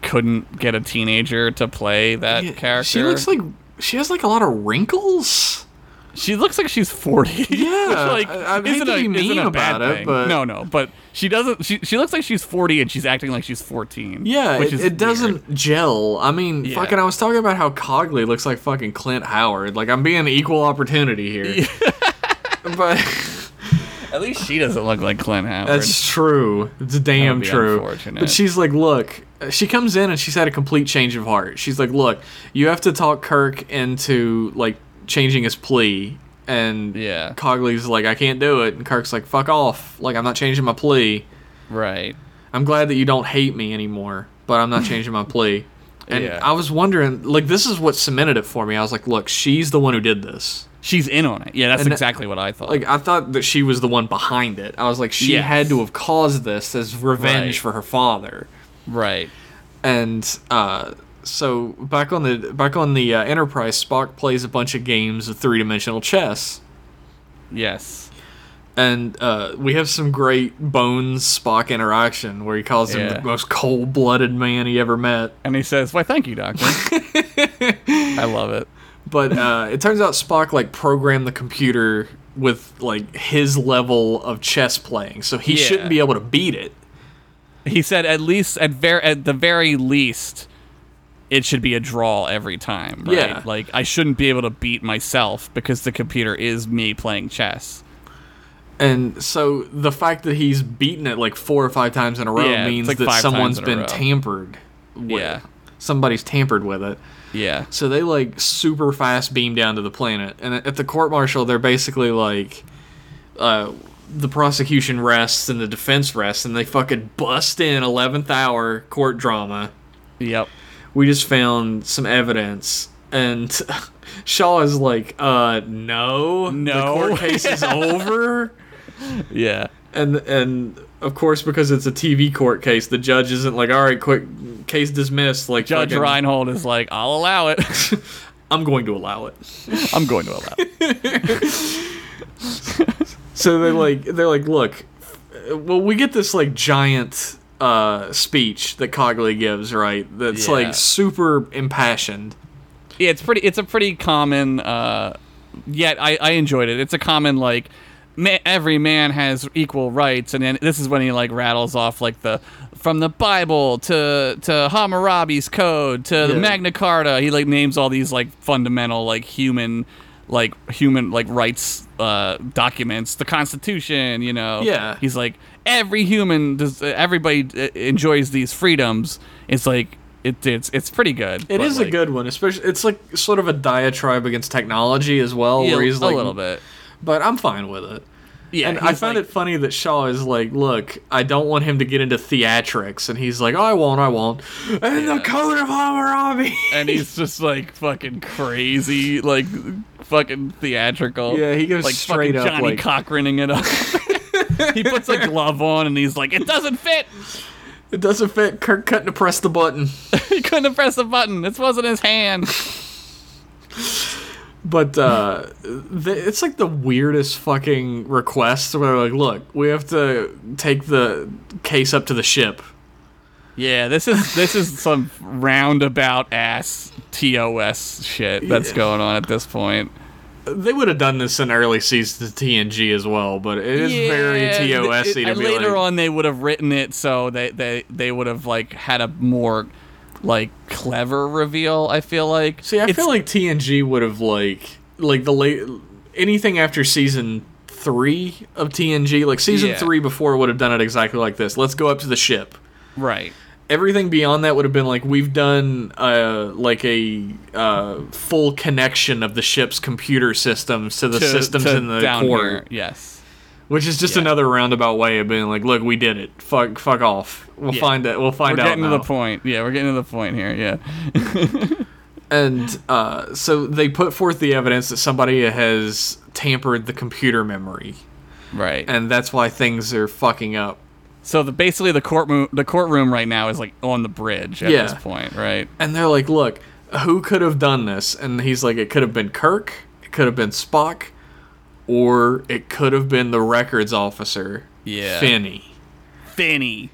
Speaker 2: couldn't get a teenager to play that character.
Speaker 1: She looks like she has like a lot of wrinkles.
Speaker 2: she looks like she's forty.
Speaker 1: (laughs) Yeah,
Speaker 2: (laughs) which, like
Speaker 1: I- I hate
Speaker 2: isn't
Speaker 1: to
Speaker 2: a,
Speaker 1: be
Speaker 2: isn't
Speaker 1: mean
Speaker 2: a
Speaker 1: about
Speaker 2: bad
Speaker 1: it,
Speaker 2: thing.
Speaker 1: but-
Speaker 2: no, no, but she doesn't. She she looks like she's forty and she's acting like she's fourteen.
Speaker 1: Yeah,
Speaker 2: which
Speaker 1: it,
Speaker 2: is
Speaker 1: it doesn't
Speaker 2: weird.
Speaker 1: gel. I mean,
Speaker 2: Yeah.
Speaker 1: fucking, I was talking about how Cogley looks like fucking Clint Howard. Like, I'm being equal opportunity
Speaker 2: (laughs)
Speaker 1: here. but
Speaker 2: At least she doesn't look like Clint Howard.
Speaker 1: that's true. It's damn
Speaker 2: be
Speaker 1: true.
Speaker 2: unfortunate.
Speaker 1: But she's like, look, she comes in and she's had a complete change of heart. She's like, look, you have to talk Kirk into, like, changing his plea. And
Speaker 2: Yeah.
Speaker 1: Cogley's like, I can't do it. And Kirk's like, fuck off. Like, I'm not changing my plea.
Speaker 2: right.
Speaker 1: I'm glad that you don't hate me anymore, but I'm not changing my plea. And
Speaker 2: Yeah.
Speaker 1: I was wondering, like, this is what cemented it for me. I was like, look, she's the one who did this.
Speaker 2: She's in on it. Yeah, that's
Speaker 1: And- uh,
Speaker 2: exactly what I thought.
Speaker 1: Like, I thought that she was the one behind it. I was like, she
Speaker 2: Yes.
Speaker 1: had to have caused this as revenge
Speaker 2: Right.
Speaker 1: for her father.
Speaker 2: right.
Speaker 1: And uh, so back on the back on the uh, Enterprise, Spock plays a bunch of games of three dimensional chess.
Speaker 2: Yes.
Speaker 1: and uh, we have some great Bones Spock interaction where he calls him
Speaker 2: Yeah.
Speaker 1: the most cold-blooded man he ever met.
Speaker 2: And he says, "Why, thank you,
Speaker 1: (laughs)
Speaker 2: doctor." I love it.
Speaker 1: But
Speaker 2: (laughs)
Speaker 1: uh, it turns out Spock like programmed the computer with like his level of chess playing, so he
Speaker 2: Yeah.
Speaker 1: shouldn't be able to beat it.
Speaker 2: He said, "At least, at ver- at the very least, it should be a draw every time." Right?
Speaker 1: Yeah.
Speaker 2: Like I shouldn't be able to beat myself because the computer is me playing chess.
Speaker 1: And so the fact that he's beaten it like four or five times in a row
Speaker 2: Yeah, it's
Speaker 1: means
Speaker 2: like
Speaker 1: that
Speaker 2: five
Speaker 1: someone's
Speaker 2: times in a
Speaker 1: been
Speaker 2: row.
Speaker 1: tampered with.
Speaker 2: Yeah.
Speaker 1: Somebody's tampered with it.
Speaker 2: Yeah.
Speaker 1: So they like super fast beam down to the planet, and at the court martial, they're basically like, uh, the prosecution rests and the defense rests, and they fucking bust in eleventh hour court drama.
Speaker 2: Yep.
Speaker 1: We just found some evidence, and (laughs) Shaw is like, uh, no,
Speaker 2: No.
Speaker 1: the court case
Speaker 2: (laughs)
Speaker 1: is over,
Speaker 2: Yeah.
Speaker 1: and and. Of course, because it's a TV court case, the judge isn't like, "All right, quick, case dismissed." Like
Speaker 2: Judge
Speaker 1: fucking,
Speaker 2: Reinhold is like, "I'll allow it. (laughs)
Speaker 1: I'm going to allow it.
Speaker 2: I'm going to allow." it.
Speaker 1: so they like they're like look uh, well we get this like giant uh speech that cogley gives right that's
Speaker 2: Yeah.
Speaker 1: like super impassioned
Speaker 2: Yeah, it's pretty. It's a pretty common. Uh, yet I, I enjoyed it. It's a common like, ma every man has equal rights, and then this is when he like rattles off like the from the Bible to to Hammurabi's code to the
Speaker 1: Yeah.
Speaker 2: Magna Carta. He like names all these like fundamental like human like human like rights uh documents the constitution you know
Speaker 1: Yeah.
Speaker 2: he's like every human does everybody uh, enjoys these freedoms it's like it, it's it's pretty good
Speaker 1: It is a
Speaker 2: good.
Speaker 1: good one especially it's like sort of a diatribe against technology as well where he's like
Speaker 2: a little bit.
Speaker 1: but i'm fine with it
Speaker 2: Yeah,
Speaker 1: and I found it funny that Shaw is like, "Look, I don't want him to get into theatrics," and he's like, "Oh, "I won't, I won't." And the code of Hammurabi.
Speaker 2: and he's just like fucking crazy, like fucking theatrical.
Speaker 1: Yeah, he goes
Speaker 2: like
Speaker 1: straight
Speaker 2: fucking
Speaker 1: up,
Speaker 2: Johnny
Speaker 1: like-
Speaker 2: Cochraning it up. (laughs) he puts a glove on and he's like, "It doesn't fit."
Speaker 1: (laughs) it doesn't fit. Kirk couldn't have pressed the button.
Speaker 2: He couldn't have pressed the button. This wasn't his hand.
Speaker 1: But uh, th- it's like the weirdest fucking request where they're like, look, we have to take the case up to the ship.
Speaker 2: Yeah, this is this is some roundabout ass TOS shit that's going on at this point.
Speaker 1: They would have done this in early seasons of TNG as well, but it is very
Speaker 2: Yeah, th-
Speaker 1: TOSy
Speaker 2: it-
Speaker 1: to
Speaker 2: and
Speaker 1: be
Speaker 2: later
Speaker 1: like,
Speaker 2: on they would have written it so they they they would have like had a more like clever reveal. I feel like.
Speaker 1: See, I
Speaker 2: It's-
Speaker 1: feel like TNG would have like like the late anything after season three of TNG, like season
Speaker 2: Yeah.
Speaker 1: three before would have done it exactly like this. Let's go up to the ship.
Speaker 2: Right.
Speaker 1: everything beyond that would have been like we've done uh, like a uh, full connection of the ship's computer systems to the
Speaker 2: To-
Speaker 1: systems
Speaker 2: to
Speaker 1: in the
Speaker 2: down
Speaker 1: core,
Speaker 2: here, Yes.
Speaker 1: which is just
Speaker 2: Yeah.
Speaker 1: another roundabout way of being like, look, we did it. Fuck, fuck off. We'll
Speaker 2: Yeah.
Speaker 1: find it. We'll find
Speaker 2: We're
Speaker 1: out.
Speaker 2: getting to the
Speaker 1: now."
Speaker 2: point. Yeah, we're getting to the point here. Yeah.
Speaker 1: And uh, so they put forth the evidence that somebody has tampered the computer memory,
Speaker 2: Right.
Speaker 1: and that's why things are fucking up.
Speaker 2: so the basically the courtroom the courtroom right now is like on the bridge at
Speaker 1: Yeah.
Speaker 2: this point, right?
Speaker 1: And they're like, look, who could have done this? And he's like, it could have been Kirk, it could have been Spock, or it could have been the records officer,
Speaker 2: Yeah.
Speaker 1: Finney.
Speaker 2: Finny.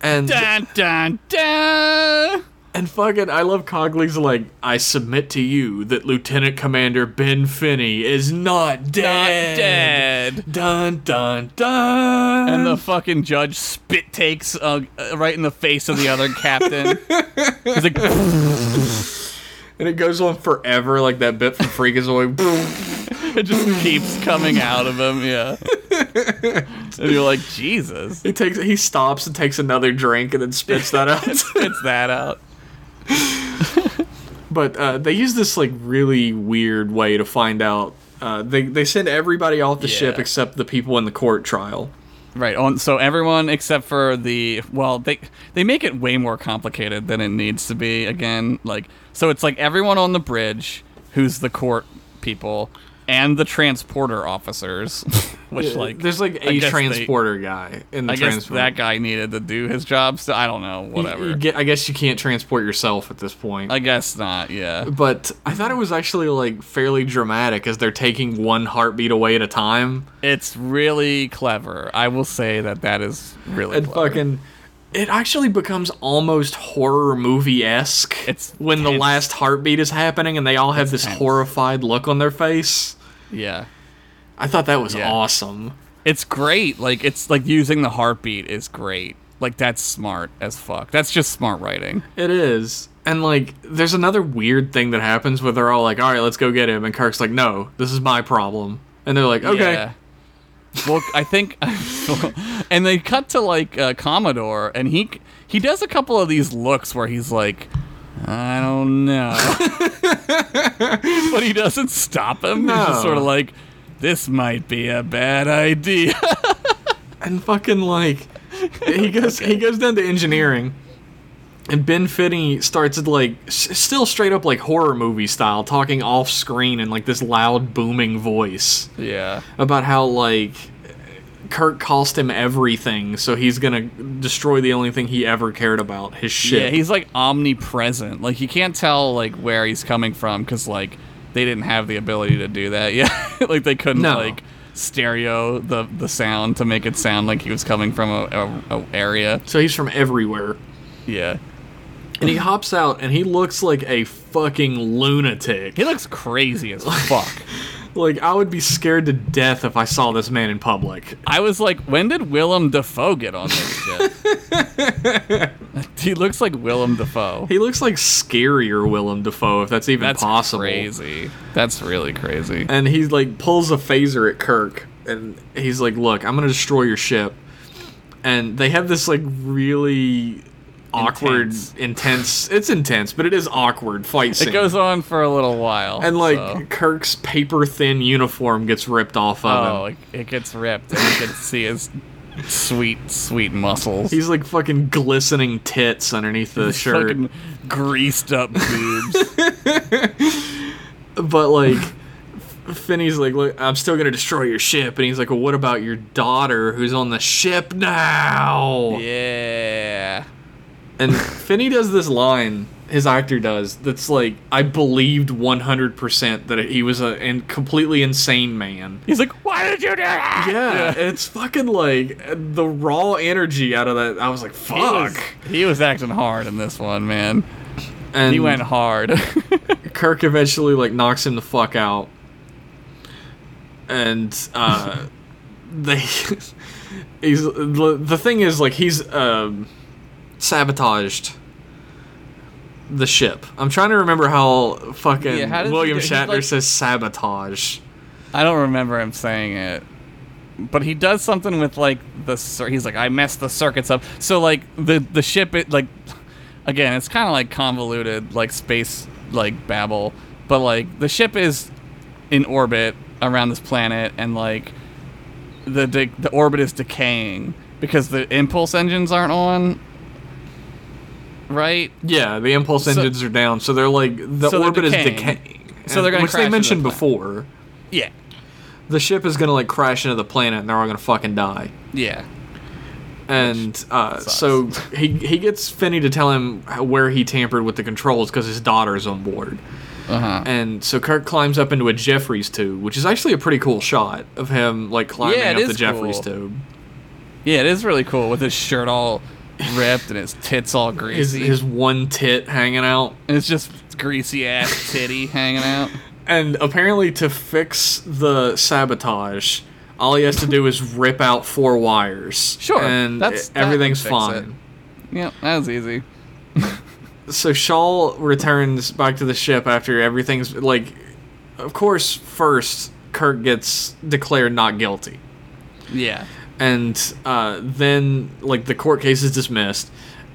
Speaker 1: And
Speaker 2: Dun dun dun.
Speaker 1: and fucking, I love Cogley's like, I submit to you that Lieutenant Commander Ben Finney is not
Speaker 2: Not
Speaker 1: dead.
Speaker 2: dead.
Speaker 1: Dun dun dun.
Speaker 2: And the fucking judge spit takes uh, uh, right in the face of the other captain. He's like, (laughs)
Speaker 1: and it goes on forever, like that bit from (laughs) Freakazoid.
Speaker 2: it just keeps coming out of him. Yeah. and you're like, Jesus.
Speaker 1: he takes, he stops and takes another drink, and then spits that out.
Speaker 2: It's that out.
Speaker 1: (laughs) But uh, they use this like really weird way to find out. Uh, they they send everybody off the ship
Speaker 2: Yeah.
Speaker 1: except the people in the court trial.
Speaker 2: Right. On so everyone except for the well, they they make it way more complicated than it needs to be again. Like so it's like everyone on the bridge who's the court people and the transporter officers, (laughs) which like
Speaker 1: There's like
Speaker 2: I
Speaker 1: a
Speaker 2: guess they-
Speaker 1: transporter guy in the
Speaker 2: I guess
Speaker 1: transport.
Speaker 2: that guy needed to do his job, so I don't know,
Speaker 1: You-
Speaker 2: whatever.
Speaker 1: you get- I guess you can't transport yourself at this point.
Speaker 2: I guess not, yeah.
Speaker 1: but I thought it was actually like fairly dramatic as they're taking one heartbeat away at a time
Speaker 2: It's really clever. I will say that that is really
Speaker 1: and
Speaker 2: clever.
Speaker 1: fucking. It actually becomes almost horror movie esque
Speaker 2: It's
Speaker 1: when the
Speaker 2: tense.
Speaker 1: last heartbeat is happening and they all have this
Speaker 2: tense.
Speaker 1: horrified look on their face.
Speaker 2: yeah.
Speaker 1: I thought that was
Speaker 2: Yeah.
Speaker 1: awesome.
Speaker 2: It's great. Like it's like using the heartbeat is great. Like that's smart as fuck. That's just smart writing.
Speaker 1: It is. And like there's another weird thing that happens where they're all like, "All right, let's go get him." And Kirk's like, "No, this is my problem." And they're like, "Okay."
Speaker 2: Yeah. Well, I think, (laughs) and they cut to like uh, Commodore, and he he does a couple of these looks where he's like, I
Speaker 1: (laughs)
Speaker 2: don't know, but he doesn't stop him. He's just
Speaker 1: No.
Speaker 2: sort of like, this might be a bad idea.
Speaker 1: And fucking like
Speaker 2: (laughs)
Speaker 1: he goes he goes down to engineering. And Ben Finney starts like s- still straight up like horror movie style talking off screen in like this loud booming voice
Speaker 2: yeah.
Speaker 1: about how like Kirk cost him everything, so he's going to destroy the only thing he ever cared about, his ship.
Speaker 2: Yeah, he's like omnipresent. Like you can't tell like where he's coming from because like they didn't have the ability to do that. (laughs) Yeah, like they couldn't
Speaker 1: No.
Speaker 2: like stereo the the sound to make it sound like he was coming from a, a, a area.
Speaker 1: so he's from everywhere.
Speaker 2: Yeah,
Speaker 1: And
Speaker 2: (clears throat)
Speaker 1: he hops out and he looks like a fucking lunatic.
Speaker 2: he looks
Speaker 1: (laughs)
Speaker 2: crazy as fuck.
Speaker 1: Like, I would be scared to death if I saw this man in public.
Speaker 2: I was like, when did Willem Dafoe get on this shit?
Speaker 1: (laughs)
Speaker 2: he looks like Willem Dafoe.
Speaker 1: He looks like scarier Willem Dafoe, if that's even
Speaker 2: That's
Speaker 1: possible.
Speaker 2: crazy. That's really crazy.
Speaker 1: And he, like, pulls a phaser at Kirk and he's like, Look, I'm gonna destroy your ship. And they have this, like, really awkward,
Speaker 2: Intense.
Speaker 1: intense. it's intense, but it is awkward fight scene.
Speaker 2: It goes on for a little while.
Speaker 1: and, like,
Speaker 2: so.
Speaker 1: Kirk's paper thin uniform gets ripped off of him.
Speaker 2: Oh, it, it gets ripped, and you can see his sweet, sweet muscles.
Speaker 1: He's like fucking glistening tits underneath the shirt.
Speaker 2: fucking greased
Speaker 1: (laughs)
Speaker 2: up boobs.
Speaker 1: But like Finney's like, look, I'm still gonna destroy your ship, and he's like, well, what about your daughter who's on the ship now?
Speaker 2: yeah.
Speaker 1: And Finney does this line, his actor does, that's like, I believed 100% that he was a and completely insane man.
Speaker 2: He's like, "Why did you do that?"
Speaker 1: Yeah, it's fucking like the raw energy out of that. I was like, fuck.
Speaker 2: He was, he was acting hard in this one, man.
Speaker 1: and
Speaker 2: He went hard. (laughs)
Speaker 1: Kirk eventually like knocks him the fuck out, and uh, (laughs) they he's the, the thing is like he's um, sabotaged the ship. I'm trying to remember how fucking
Speaker 2: Yeah, how does he
Speaker 1: William
Speaker 2: do- he's
Speaker 1: Shatner
Speaker 2: like-
Speaker 1: says sabotage.
Speaker 2: I don't remember him saying it. but he does something with like the cir- he's like I messed the circuits up. So like the the ship it like again it's kind of like convoluted like space like babble, but like the ship is in orbit around this planet and like the de- the orbit is decaying because the impulse engines aren't on. Right?
Speaker 1: Yeah, the impulse
Speaker 2: So-
Speaker 1: engines are down, so they're like the
Speaker 2: So they're
Speaker 1: orbit is
Speaker 2: decaying.
Speaker 1: decaying.
Speaker 2: So they're gonna
Speaker 1: which
Speaker 2: crash
Speaker 1: they
Speaker 2: into
Speaker 1: mentioned
Speaker 2: the planet.
Speaker 1: before.
Speaker 2: Yeah.
Speaker 1: The ship is gonna like crash into the planet, and they're all gonna fucking die.
Speaker 2: Yeah.
Speaker 1: And uh, so he he gets Finney to tell him how- where he tampered with the controls because his daughter's on board.
Speaker 2: Uh-huh.
Speaker 1: And so Kirk climbs up into a Jeffries tube, which is actually a pretty cool shot of him like climbing
Speaker 2: Yeah, it
Speaker 1: up the
Speaker 2: is
Speaker 1: Jeffries
Speaker 2: cool.
Speaker 1: tube.
Speaker 2: Yeah, it is really cool with his shirt all ripped and his tits all
Speaker 1: His
Speaker 2: greasy.
Speaker 1: his one tit hanging out.
Speaker 2: and it's just greasy ass (laughs) titty hanging out.
Speaker 1: And apparently, to fix the sabotage, all he has to do is rip out four wires.
Speaker 2: Sure,
Speaker 1: and
Speaker 2: that's- that
Speaker 1: everything's
Speaker 2: would fix
Speaker 1: fine.
Speaker 2: Yep, that was easy.
Speaker 1: So Shaw returns back to the ship after everything's like. Of course, first Kirk gets declared not guilty,
Speaker 2: Yeah.
Speaker 1: and uh, then like the court case is dismissed,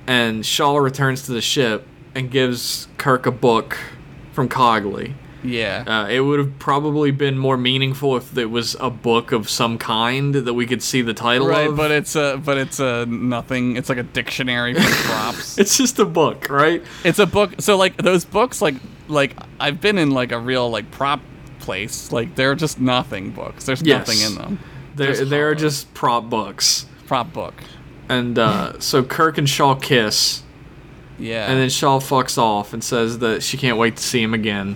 Speaker 1: and Shaw returns to the ship and gives Kirk a book from Cogley.
Speaker 2: Yeah.
Speaker 1: Uh, it would have probably been more meaningful if it was a book of some kind that we could see the title
Speaker 2: right,
Speaker 1: of.
Speaker 2: but it's a but it's a nothing. It's like a dictionary (laughs) for
Speaker 1: (laughs)
Speaker 2: props.
Speaker 1: it's just a book, right?
Speaker 2: it's a book. So like those books like like I've been in like a real like prop place. Like they're just nothing books. There's
Speaker 1: Yes.
Speaker 2: nothing in them.
Speaker 1: They're,
Speaker 2: Just
Speaker 1: they're
Speaker 2: hollow.
Speaker 1: just prop books.
Speaker 2: Prop book.
Speaker 1: And uh, so Kirk and Shaw kiss,
Speaker 2: Yeah.
Speaker 1: and then Shaw fucks off and says that she can't wait to see him again.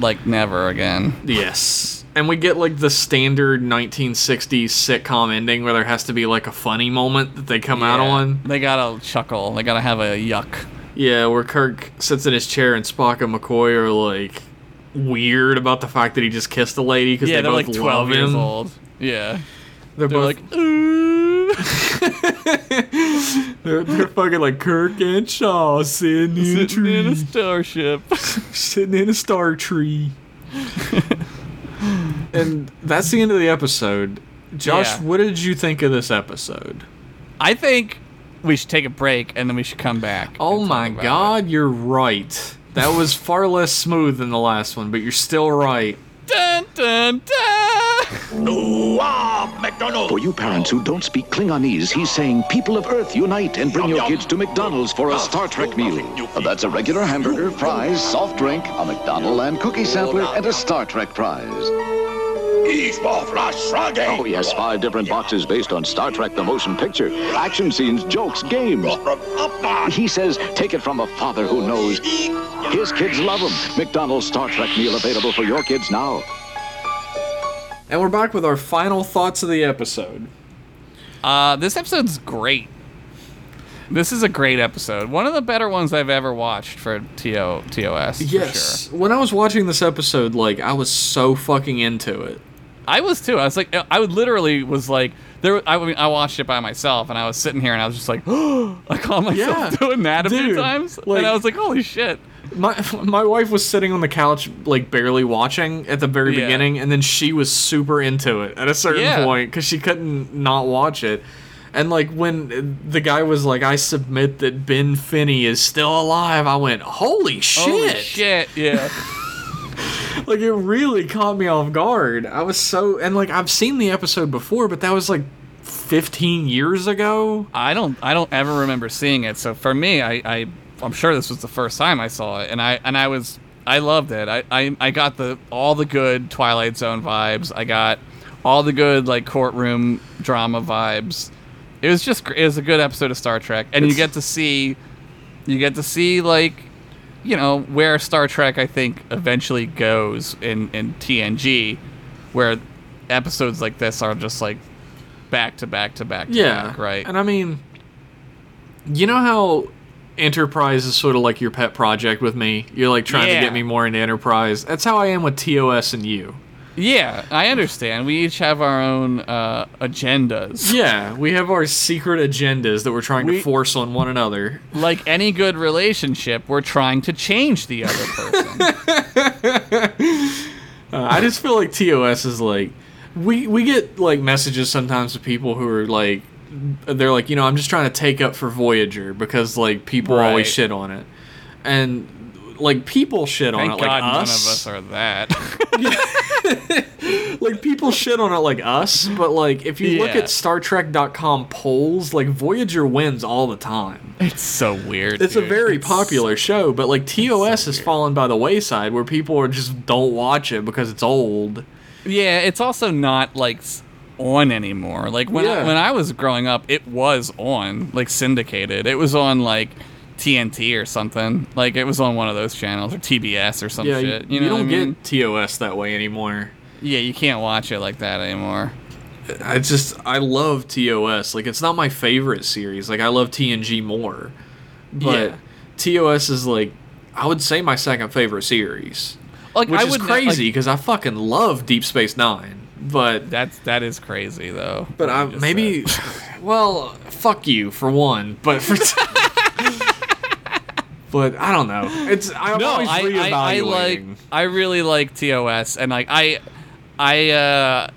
Speaker 2: like never again.
Speaker 1: Yes. And we get like the standard 1960s sitcom ending where there has to be like a funny moment that they come out
Speaker 2: Yeah.
Speaker 1: on.
Speaker 2: They gotta chuckle. They gotta have a yuck.
Speaker 1: Yeah, where Kirk sits in his chair and Spock and McCoy are like weird about the fact that he just kissed a lady because
Speaker 2: Yeah,
Speaker 1: they
Speaker 2: they are
Speaker 1: both
Speaker 2: like 12
Speaker 1: love
Speaker 2: years
Speaker 1: him.
Speaker 2: old. Yeah.
Speaker 1: They're,
Speaker 2: They're
Speaker 1: both
Speaker 2: like, ooh.
Speaker 1: (laughs) they're, they're fucking like Kirk and Shaw sitting in a
Speaker 2: Sitting
Speaker 1: tree,
Speaker 2: in a starship.
Speaker 1: sitting in a star tree. and that's the end of the episode. Josh,
Speaker 2: Yeah.
Speaker 1: what did you think of this episode?
Speaker 2: I think we should take a break and then we should come back.
Speaker 1: Oh
Speaker 2: and talk
Speaker 1: my
Speaker 2: about
Speaker 1: god, you're right. That was far less smooth than the last one, but you're still right.
Speaker 2: it. Dun, dun, dun.
Speaker 4: For you parents who don't speak Klingonese, he's saying, People of Earth, unite and bring your kids to McDonald's for a Star Trek meal.
Speaker 7: That's a regular hamburger, fries, soft drink, a McDonald and cookie sampler, and a Star Trek prize. Oh, yes, five different boxes based on Star Trek the motion picture. Action scenes, jokes, games. He says, take it from a father who knows. His kids love him. McDonald's Star Trek meal available for your kids now.
Speaker 1: And we're back with our final thoughts of the episode.
Speaker 2: Uh, this episode's great. This is a great episode. One of the better ones I've ever watched for TO, TOS. for
Speaker 1: Yes. When I was watching this episode, like I was so fucking into it.
Speaker 2: sure. I was too. I was like, I would literally was like, there. I, mean, I watched it by myself and I was sitting here and I was just like, (gasps) I caught myself
Speaker 1: Yeah.
Speaker 2: (laughs) doing that a few
Speaker 1: Dude,
Speaker 2: times.
Speaker 1: like-
Speaker 2: and I was like, holy shit.
Speaker 1: My (laughs) my wife was sitting on the couch, like barely watching at the very
Speaker 2: Yeah.
Speaker 1: beginning, and then she was super into it at a certain point
Speaker 2: Yeah.
Speaker 1: 'cause point because she couldn't not watch it. And like when the guy was like, "I submit that Ben Finney is still alive," I went, "Holy shit!"
Speaker 2: Holy shit. Yeah.
Speaker 1: Like it really caught me off guard. I was so and like I've seen the episode before, but that was like 15 years ago.
Speaker 2: I don't I don't ever remember seeing it. So for me, I, I I'm sure this was the first time I saw it, and I and I was I loved it. I, I I got the all the good Twilight Zone vibes. I got all the good like courtroom drama vibes. It was just gr- it was a good episode of Star Trek, and you get to see you get to see like you know where Star Trek I think eventually goes in in TNG, where episodes like this are just like back to back to back to
Speaker 1: Yeah.
Speaker 2: back, right
Speaker 1: And I mean, you know how Enterprise is sort of like your pet project with me? You're like trying
Speaker 2: Yeah.
Speaker 1: to get me more into Enterprise. That's how I am with TOS and you.
Speaker 2: Yeah, I understand. We each have our own uh,
Speaker 1: (laughs)
Speaker 2: agendas.
Speaker 1: Yeah, we have our secret agendas that we're trying to
Speaker 2: We-
Speaker 1: force on one another.
Speaker 2: Like any good relationship, we're trying to change
Speaker 1: (laughs)
Speaker 2: the other person.
Speaker 1: Uh-huh. Uh, I just feel like TOS is like, we we get like messages sometimes of people who are like they're like you know i'm just trying to take up for voyager because like people
Speaker 2: Right.
Speaker 1: always shit on it and like people shit on
Speaker 2: Thank
Speaker 1: it
Speaker 2: God
Speaker 1: like
Speaker 2: none of
Speaker 1: us,
Speaker 2: us are that. (laughs)
Speaker 1: like people shit on it like us but like if you look
Speaker 2: Yeah.
Speaker 1: at star trek.com polls like voyager wins all the time
Speaker 2: it's so weird.
Speaker 1: it's
Speaker 2: dude.
Speaker 1: a very
Speaker 2: It's-
Speaker 1: popular show but like tos has
Speaker 2: weird.
Speaker 1: fallen by the wayside where people are just don't watch it because it's old
Speaker 2: Yeah, it's also not like s- on anymore. Like when I,
Speaker 1: Yeah.
Speaker 2: when I was growing up, it was on like syndicated. It was on like TNT or something. Like it was on one of those channels or TBS or some
Speaker 1: yeah
Speaker 2: shit.
Speaker 1: you,
Speaker 2: You, know
Speaker 1: you
Speaker 2: what
Speaker 1: don't
Speaker 2: I mean?
Speaker 1: get tos that way anymore
Speaker 2: Yeah, you can't watch it like that anymore.
Speaker 1: I just I love TOS. Like it's not my favorite series. Like I love TNG more. But
Speaker 2: Yeah.
Speaker 1: TOS is like I would say my second favorite series.
Speaker 2: Like
Speaker 1: which
Speaker 2: I
Speaker 1: is
Speaker 2: would not-
Speaker 1: crazy
Speaker 2: like,
Speaker 1: because I fucking love Deep Space 9. But
Speaker 2: that's that is crazy though.
Speaker 1: but
Speaker 2: what you
Speaker 1: I
Speaker 2: just
Speaker 1: maybe (laughs)
Speaker 2: said.
Speaker 1: well, fuck you for one, but for
Speaker 2: (laughs)
Speaker 1: But I don't know. It's I'm
Speaker 2: no,
Speaker 1: always
Speaker 2: I, I, I like
Speaker 1: reevaluating.
Speaker 2: I really like TOS and like I I uh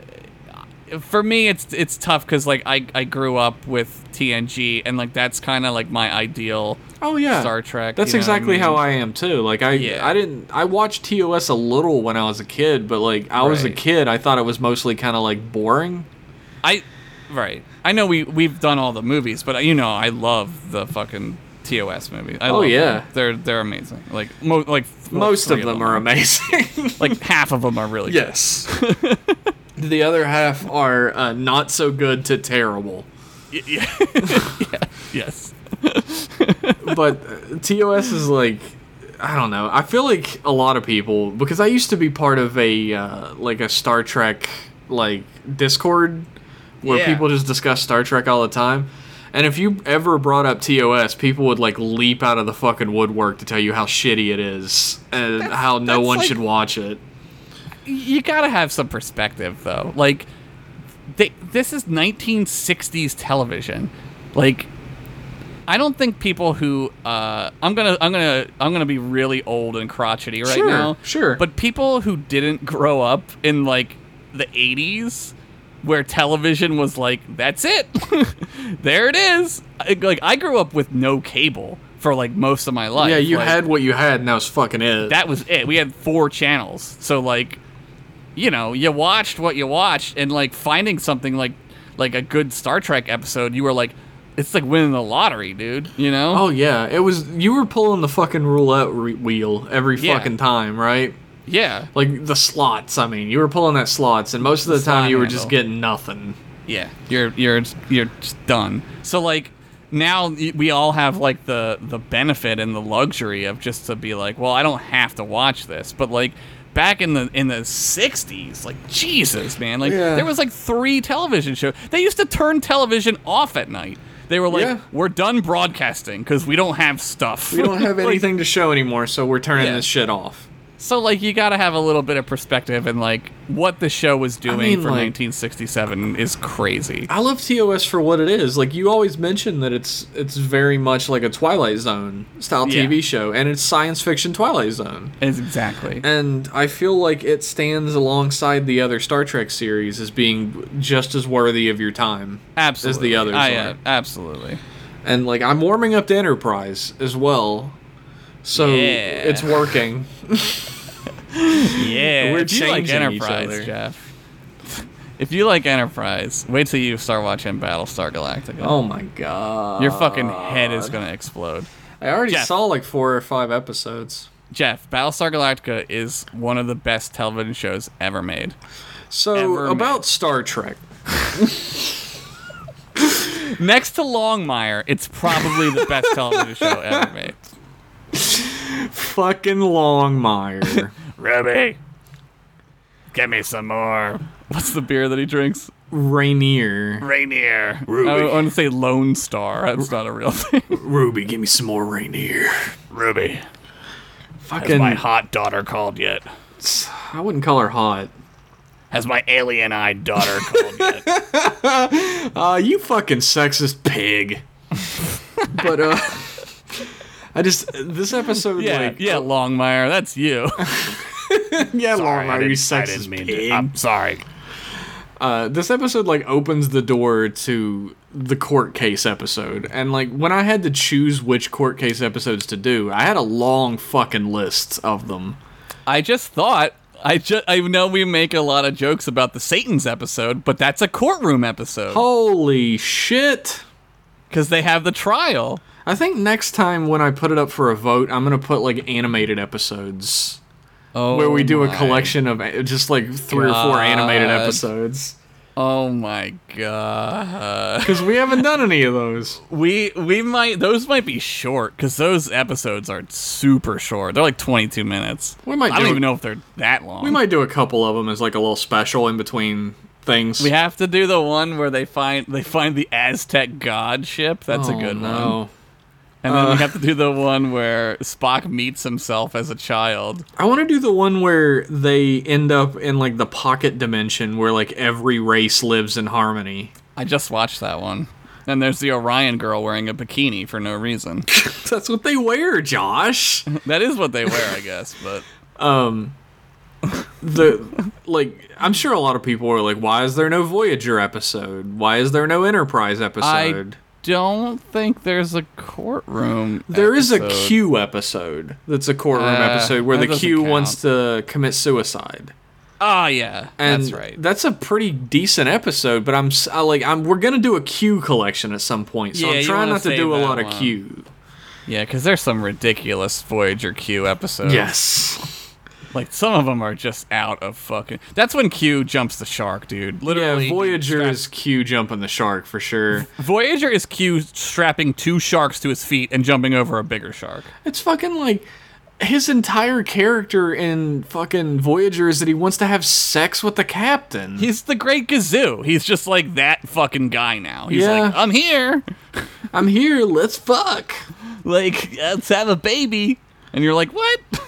Speaker 2: for me it's it's tough cuz like I I grew up with TNG and like that's kind of like my ideal
Speaker 1: Oh yeah,
Speaker 2: Star Trek,
Speaker 1: That's
Speaker 2: you know what I
Speaker 1: exactly how
Speaker 2: mean?
Speaker 1: I am too. Like I,
Speaker 2: Yeah.
Speaker 1: I didn't. I watched TOS a little when I was a kid, but like I was a
Speaker 2: Right.
Speaker 1: kid, I thought it was mostly kind of like boring.
Speaker 2: I right. I know we we've done all the movies, but you know I love the fucking TOS movies. I
Speaker 1: Oh,
Speaker 2: love them.
Speaker 1: yeah.
Speaker 2: They're they're amazing. Like mo- like well,
Speaker 1: Most
Speaker 2: three
Speaker 1: of them are amazing. (laughs)
Speaker 2: like half of them are really good.
Speaker 1: yes. the other half are uh, not so good to terrible.
Speaker 2: Yes.
Speaker 1: but uh, TOS is like I don't know. I feel like a lot of people because I used to be part of a uh, like a Star Trek like Discord where
Speaker 2: Yeah.
Speaker 1: people just discuss Star Trek all the time. And if you ever brought up TOS, people would like leap out of the fucking woodwork to tell you how shitty it is and how no
Speaker 2: that's
Speaker 1: one
Speaker 2: like-
Speaker 1: should watch it.
Speaker 2: you gotta have some perspective though like they, this is 1960s television like i don't think people who uh, i'm gonna i'm gonna i'm gonna be really old and crotchety right
Speaker 1: Sure,
Speaker 2: now
Speaker 1: sure.
Speaker 2: but people who didn't grow up in like the 80s where television was like that's it (laughs) there it is I- like i grew up with no cable for like most of my life
Speaker 1: yeah, you
Speaker 2: Like,
Speaker 1: had what you had, and that was fucking it.
Speaker 2: that was it. We had four channels. So like, you know, you watched what you watched, and like finding something like like a good Star Trek episode, you were like, it's like winning the lottery, dude. You know?
Speaker 1: oh yeah, it was. You were pulling the fucking roulette re- wheel every
Speaker 2: Yeah.
Speaker 1: fucking time, right?
Speaker 2: yeah,
Speaker 1: like the slots. I mean, you were pulling at slots, and most of the,
Speaker 2: The
Speaker 1: time
Speaker 2: slot
Speaker 1: you were
Speaker 2: handle.
Speaker 1: just getting nothing.
Speaker 2: yeah. You're you're you're just done. So like. Now y- we all have like the the benefit and the luxury of just to be like, well, I don't have to watch this. But like back in the in the '60s, like Jesus, man, like
Speaker 1: Yeah.
Speaker 2: there was like three television shows. They used to turn television off at night. They were like,
Speaker 1: Yeah.
Speaker 2: we're done broadcasting because we don't have stuff.
Speaker 1: We don't (laughs) have
Speaker 2: (laughs) Like,
Speaker 1: anything to show anymore, so we're turning
Speaker 2: Yeah.
Speaker 1: this shit off.
Speaker 2: so like you got to have a little bit of perspective and like what the show was doing
Speaker 1: mean,
Speaker 2: from
Speaker 1: like-
Speaker 2: 1967 is crazy.
Speaker 1: I love TOS for what it is. Like you always mention that it's it's very much like a Twilight Zone style
Speaker 2: Yeah.
Speaker 1: TV show, and it's science fiction Twilight Zone.
Speaker 2: Is exactly.
Speaker 1: And I feel like it stands alongside the other Star Trek series as being just as worthy of your time
Speaker 2: Absolutely.
Speaker 1: as the others
Speaker 2: I,
Speaker 1: are.
Speaker 2: uh, absolutely.
Speaker 1: And like I'm warming up to Enterprise as well, so
Speaker 2: Yeah.
Speaker 1: it's
Speaker 2: (laughs)
Speaker 1: working.
Speaker 2: Yeah.
Speaker 1: We're
Speaker 2: if you like
Speaker 1: changing each
Speaker 2: Enterprise,
Speaker 1: other.
Speaker 2: Jeff. If you like Enterprise, wait till you start watching Battlestar Galactica.
Speaker 1: Oh my god.
Speaker 2: Your fucking head is gonna explode.
Speaker 1: I already
Speaker 2: Jeff.
Speaker 1: saw like four or five episodes.
Speaker 2: Jeff, Battlestar Galactica is one of the best television shows ever made.
Speaker 1: So
Speaker 2: Ever
Speaker 1: about Star Trek.
Speaker 2: Next to Longmire, it's probably the (laughs) best television show ever made.
Speaker 1: Fucking Longmire.
Speaker 2: Ruby, get me some more. What's the beer that he drinks?
Speaker 1: (laughs) Rainier.
Speaker 2: Rainier. I want to say Lone Star. That's not a real thing.
Speaker 1: Ruby, give me some more Rainier.
Speaker 2: Ruby,
Speaker 1: Fucking
Speaker 2: hot daughter called yet?
Speaker 1: I wouldn't call her hot.
Speaker 2: Has my alien eyed daughter
Speaker 1: (laughs)
Speaker 2: called yet?
Speaker 1: Uh you fucking sexist pig. (laughs) but uh (laughs) I just this episode
Speaker 2: (laughs) yeah,
Speaker 1: like "Oh,
Speaker 2: yeah,
Speaker 1: (laughs)
Speaker 2: Longmire, that's you.
Speaker 1: yeah Longmire you
Speaker 2: I
Speaker 1: sexist
Speaker 2: didn't mean
Speaker 1: pig.
Speaker 2: to. I'm sorry.
Speaker 1: Uh, this episode like opens the door to the court case episode, and like when I had to choose which court case episodes to do, I had a long fucking list of them.
Speaker 2: I just thought I just I know we make a lot of jokes about the Satan's episode, but that's a courtroom episode
Speaker 1: Holy shit!
Speaker 2: because they have the trial.
Speaker 1: I think next time when I put it up for a vote, I'm gonna put like animated episodes
Speaker 2: Oh,
Speaker 1: where we do a
Speaker 2: my-
Speaker 1: collection of a- just like three or four animated
Speaker 2: God.
Speaker 1: episodes
Speaker 2: Oh my god.
Speaker 1: because we haven't done any of those.
Speaker 2: We we might those might be short because those episodes are super short. They're like 22 minutes.
Speaker 1: We might
Speaker 2: I don't
Speaker 1: do-
Speaker 2: even know if they're that long.
Speaker 1: We might do a couple of them as like a little special in between things.
Speaker 2: We have to do the one where they find they find the Aztec god ship. That's a
Speaker 1: Oh,
Speaker 2: good one.
Speaker 1: no.
Speaker 2: And then
Speaker 1: Uh.
Speaker 2: we have to do the one where Spock meets himself as a child.
Speaker 1: I want to do the one where they end up in like the pocket dimension where like every race lives in harmony. (laughs)
Speaker 2: I just watched that one. And there's the Orion girl wearing a bikini for
Speaker 1: (laughs)
Speaker 2: no reason.
Speaker 1: That's what they wear,
Speaker 2: (laughs)
Speaker 1: Josh.
Speaker 2: that is what they wear, I guess. But
Speaker 1: the like I'm sure a lot of people are like, why is there no Voyager episode? Why is there no Enterprise
Speaker 2: I
Speaker 1: episode?
Speaker 2: don't think there's a courtroom.
Speaker 1: There is a
Speaker 2: episode.
Speaker 1: Q episode that's a courtroom
Speaker 2: Uh,
Speaker 1: episode where
Speaker 2: that
Speaker 1: the
Speaker 2: doesn't
Speaker 1: Q
Speaker 2: count.
Speaker 1: wants to commit suicide.
Speaker 2: Oh yeah,
Speaker 1: And
Speaker 2: that's right.
Speaker 1: That's a pretty decent episode, but I'm s- I, like I'm we're gonna do a Q collection at some point, so
Speaker 2: Yeah,
Speaker 1: I'm
Speaker 2: you
Speaker 1: trying
Speaker 2: wanna
Speaker 1: not to
Speaker 2: save
Speaker 1: do a
Speaker 2: that
Speaker 1: lot of
Speaker 2: one.
Speaker 1: Q.
Speaker 2: yeah, because there's some ridiculous Voyager Q episodes.
Speaker 1: Yes.
Speaker 2: Like some of them are just out of fucking. That's when Q jumps the shark, dude.
Speaker 1: Yeah,
Speaker 2: Literally, he
Speaker 1: Voyager
Speaker 2: straps-
Speaker 1: is Q jumping the shark for sure.
Speaker 2: Voyager is Q strapping two sharks to his feet and jumping over a bigger shark.
Speaker 1: It's fucking like his entire character in fucking Voyager is that he wants to have sex with the captain.
Speaker 2: He's the Great Gazoo. He's just like that fucking guy now. He's
Speaker 1: Yeah.
Speaker 2: like, I'm here.
Speaker 1: I'm here, let's fuck.
Speaker 2: Like, let's have a baby. And you're like, what? (laughs)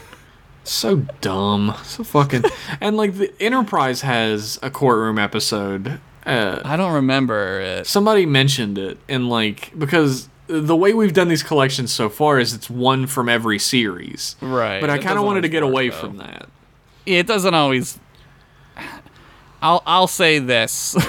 Speaker 1: So dumb. So fucking. and like the Enterprise has a courtroom episode. Uh,
Speaker 2: I don't remember it.
Speaker 1: somebody mentioned it and like because the way we've done these collections so far is it's one from every series.
Speaker 2: Right.
Speaker 1: But I kind of
Speaker 2: That doesn't
Speaker 1: wanted to
Speaker 2: always
Speaker 1: get
Speaker 2: work,
Speaker 1: away
Speaker 2: though.
Speaker 1: from that.
Speaker 2: It doesn't always. I'll I'll say this. (laughs)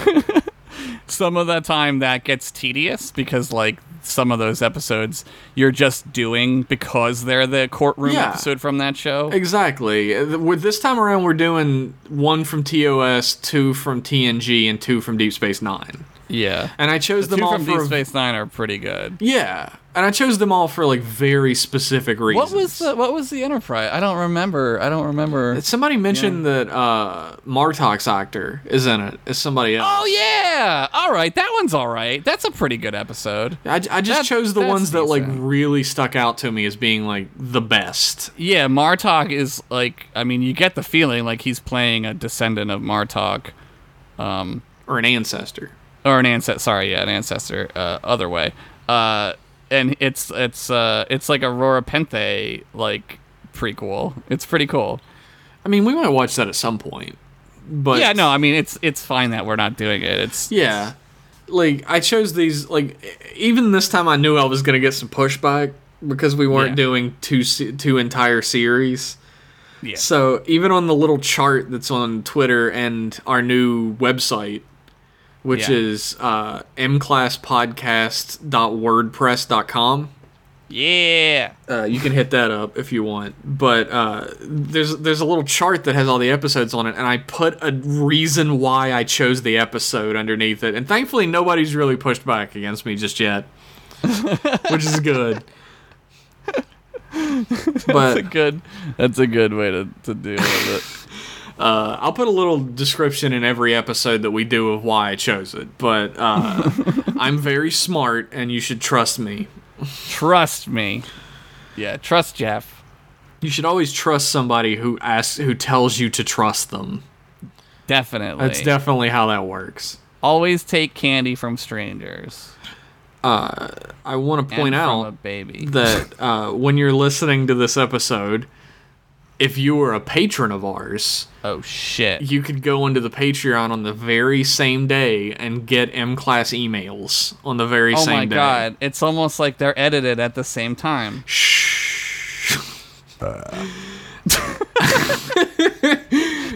Speaker 2: some of the time that gets tedious because like some of those episodes you're just doing because they're the courtroom
Speaker 1: Yeah.
Speaker 2: episode from that show.
Speaker 1: Exactly. Uh, th- With this time around, we're doing one from TOS, two from TNG, and two from Deep Space Nine.
Speaker 2: Yeah.
Speaker 1: And I chose
Speaker 2: The
Speaker 1: them
Speaker 2: two
Speaker 1: all
Speaker 2: from
Speaker 1: for
Speaker 2: Deep Space Nine are pretty good.
Speaker 1: yeah, and I chose them all for like very specific reasons.
Speaker 2: What was the What was the Enterprise? I don't remember. I don't remember.
Speaker 1: Somebody mentioned that uh, Martok's actor is in it. Is somebody else?
Speaker 2: oh yeah, all right. That one's all right. That's a pretty good episode.
Speaker 1: I, I just
Speaker 2: That-
Speaker 1: chose the
Speaker 2: Oh, that's
Speaker 1: ones that like
Speaker 2: decent.
Speaker 1: really stuck out to me as being like the best.
Speaker 2: Yeah, Martok is like. I mean, you get the feeling like he's playing a descendant of Martok,
Speaker 1: or an ancestor.
Speaker 2: or an ancestor. Sorry, yeah, an ancestor. Uh, other way. Uh, and it's it's uh it's like Aurora Penthe like prequel. It's pretty cool.
Speaker 1: I mean, we might watch that at some point. But
Speaker 2: Yeah, no, I mean it's it's fine that we're not doing it. It's
Speaker 1: Yeah. Like I chose these like e- even this time I knew I was going to get some pushback because we weren't
Speaker 2: Yeah.
Speaker 1: doing two se- two entire series.
Speaker 2: Yeah.
Speaker 1: So even on the little chart that's on Twitter and our new website which
Speaker 2: Yeah.
Speaker 1: is uh mclasspodcast.wordpress.com
Speaker 2: yeah.
Speaker 1: uh, you can hit that up if you want. But uh, there's there's a little chart that has all the episodes on it, and I put a reason why I chose the episode underneath it. And thankfully, nobody's really pushed back against me just yet, which is good. But uh,
Speaker 2: That's (laughs) a good. That's a good way to, to deal with it.
Speaker 1: I'll put a little description in every episode that we do of why I chose it. But uh, I'm very smart, and you should trust me.
Speaker 2: trust me. Yeah, trust Jeff.
Speaker 1: You should always trust somebody who asks, who tells you to trust them.
Speaker 2: Definitely.
Speaker 1: That's definitely how that works.
Speaker 2: Always take candy from strangers.
Speaker 1: I want to
Speaker 2: and
Speaker 1: point
Speaker 2: from a
Speaker 1: out
Speaker 2: baby.
Speaker 1: that uh, when you're listening to this episode, if you were a patron of ours,
Speaker 2: oh shit.
Speaker 1: you could go into the Patreon on the very same day and get M class emails on the very
Speaker 2: Oh
Speaker 1: same
Speaker 2: my
Speaker 1: day.
Speaker 2: god. It's almost like they're edited at the same time.
Speaker 1: Shh.
Speaker 2: (laughs)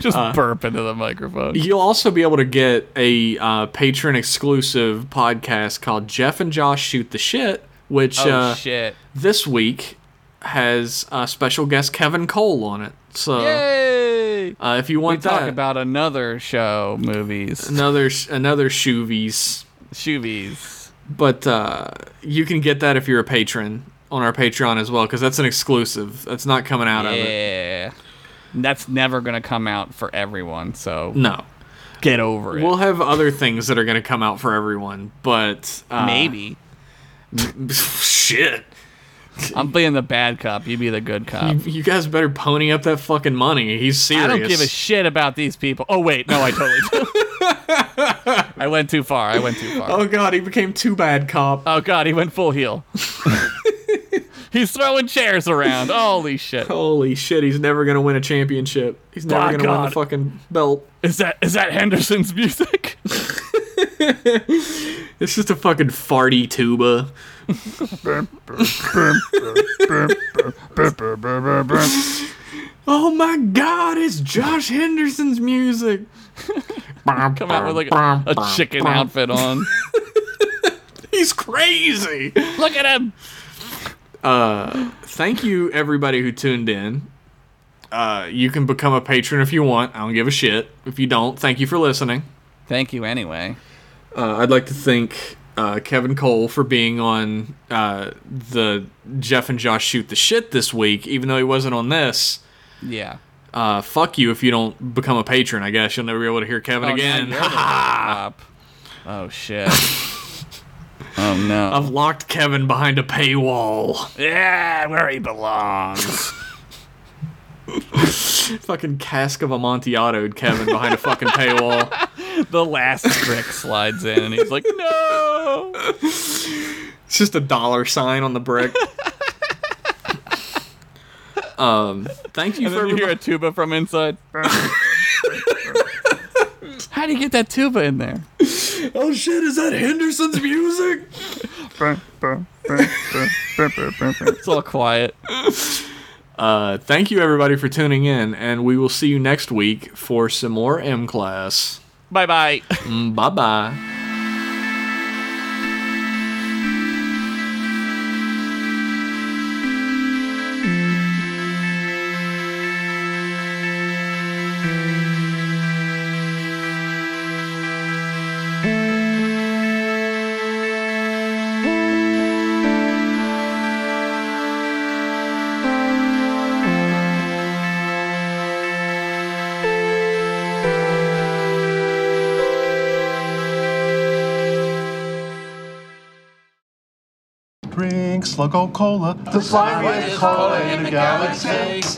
Speaker 2: Just burp into the microphone.
Speaker 1: You'll also be able to get a uh, patron exclusive podcast called Jeff and Josh Shoot the Shit, which
Speaker 2: oh
Speaker 1: uh,
Speaker 2: shit!
Speaker 1: this week has uh, special guest Kevin Cole on it. So
Speaker 2: Yay!
Speaker 1: uh, if you
Speaker 2: we
Speaker 1: want uh, that,
Speaker 2: talk about another show, movies,
Speaker 1: another sh- another shoovies,
Speaker 2: shoobies.
Speaker 1: but uh, you can get that if you're a patron on our Patreon as well because that's an exclusive. That's not coming out of it.
Speaker 2: Yeah, that's never gonna come out for everyone. So
Speaker 1: No.
Speaker 2: get over it.
Speaker 1: We'll have other things that are going to come out for everyone, but uh,
Speaker 2: Maybe
Speaker 1: shit.
Speaker 2: I'm being the bad cop. You be the good cop.
Speaker 1: You, you guys better pony up that fucking money. He's serious.
Speaker 2: I don't give a shit about these people. Oh wait, no, I totally do. (laughs) I went too far. I went too far.
Speaker 1: Oh god, he became too bad cop.
Speaker 2: Oh god, he went full heel. (laughs) He's throwing chairs around. Holy shit.
Speaker 1: Holy shit, he's never gonna win a championship. He's never
Speaker 2: By
Speaker 1: gonna win the
Speaker 2: God.
Speaker 1: fucking belt.
Speaker 2: Is that is that Henderson's music? (laughs)
Speaker 1: It's just a fucking farty tuba. oh my god, it's Josh Henderson's music.
Speaker 2: Come out with like a, a chicken outfit (laughs) on.
Speaker 1: He's crazy.
Speaker 2: Look at him.
Speaker 1: Thank you everybody who tuned in. Uh, you can become a patron if you want. I don't give a shit. If you don't, thank you for listening.
Speaker 2: Thank you anyway.
Speaker 1: Uh, I'd like to thank uh, Kevin Cole for being on uh, the Jeff and Josh shoot the shit this week, even though he wasn't on this.
Speaker 2: Yeah.
Speaker 1: Uh, fuck you if you don't become a patron. I guess you'll never be able to hear Kevin
Speaker 2: Oh, now
Speaker 1: again.
Speaker 2: you're the (laughs) cop. Oh shit. Oh no.
Speaker 1: (laughs) I've locked Kevin behind a paywall.
Speaker 2: Yeah, where he belongs.
Speaker 1: (laughs) fucking cask of amontillado Kevin behind a fucking paywall.
Speaker 2: the last trick slides in and he's like, "No."
Speaker 1: (laughs) It's just a dollar sign on the (laughs) brick. um, thank you
Speaker 2: And
Speaker 1: for
Speaker 2: then you hear
Speaker 1: everybody-
Speaker 2: a tuba from inside. How do you get that tuba in there?
Speaker 1: Oh shit, is that Henderson's music?
Speaker 2: It's all quiet.
Speaker 1: (laughs) Uh, thank you everybody for tuning in, and we will see you next week for some more M Class.
Speaker 2: Bye bye.
Speaker 1: Bye bye.
Speaker 8: Drink Sluggo Cola, the slimiest cola in the galaxy.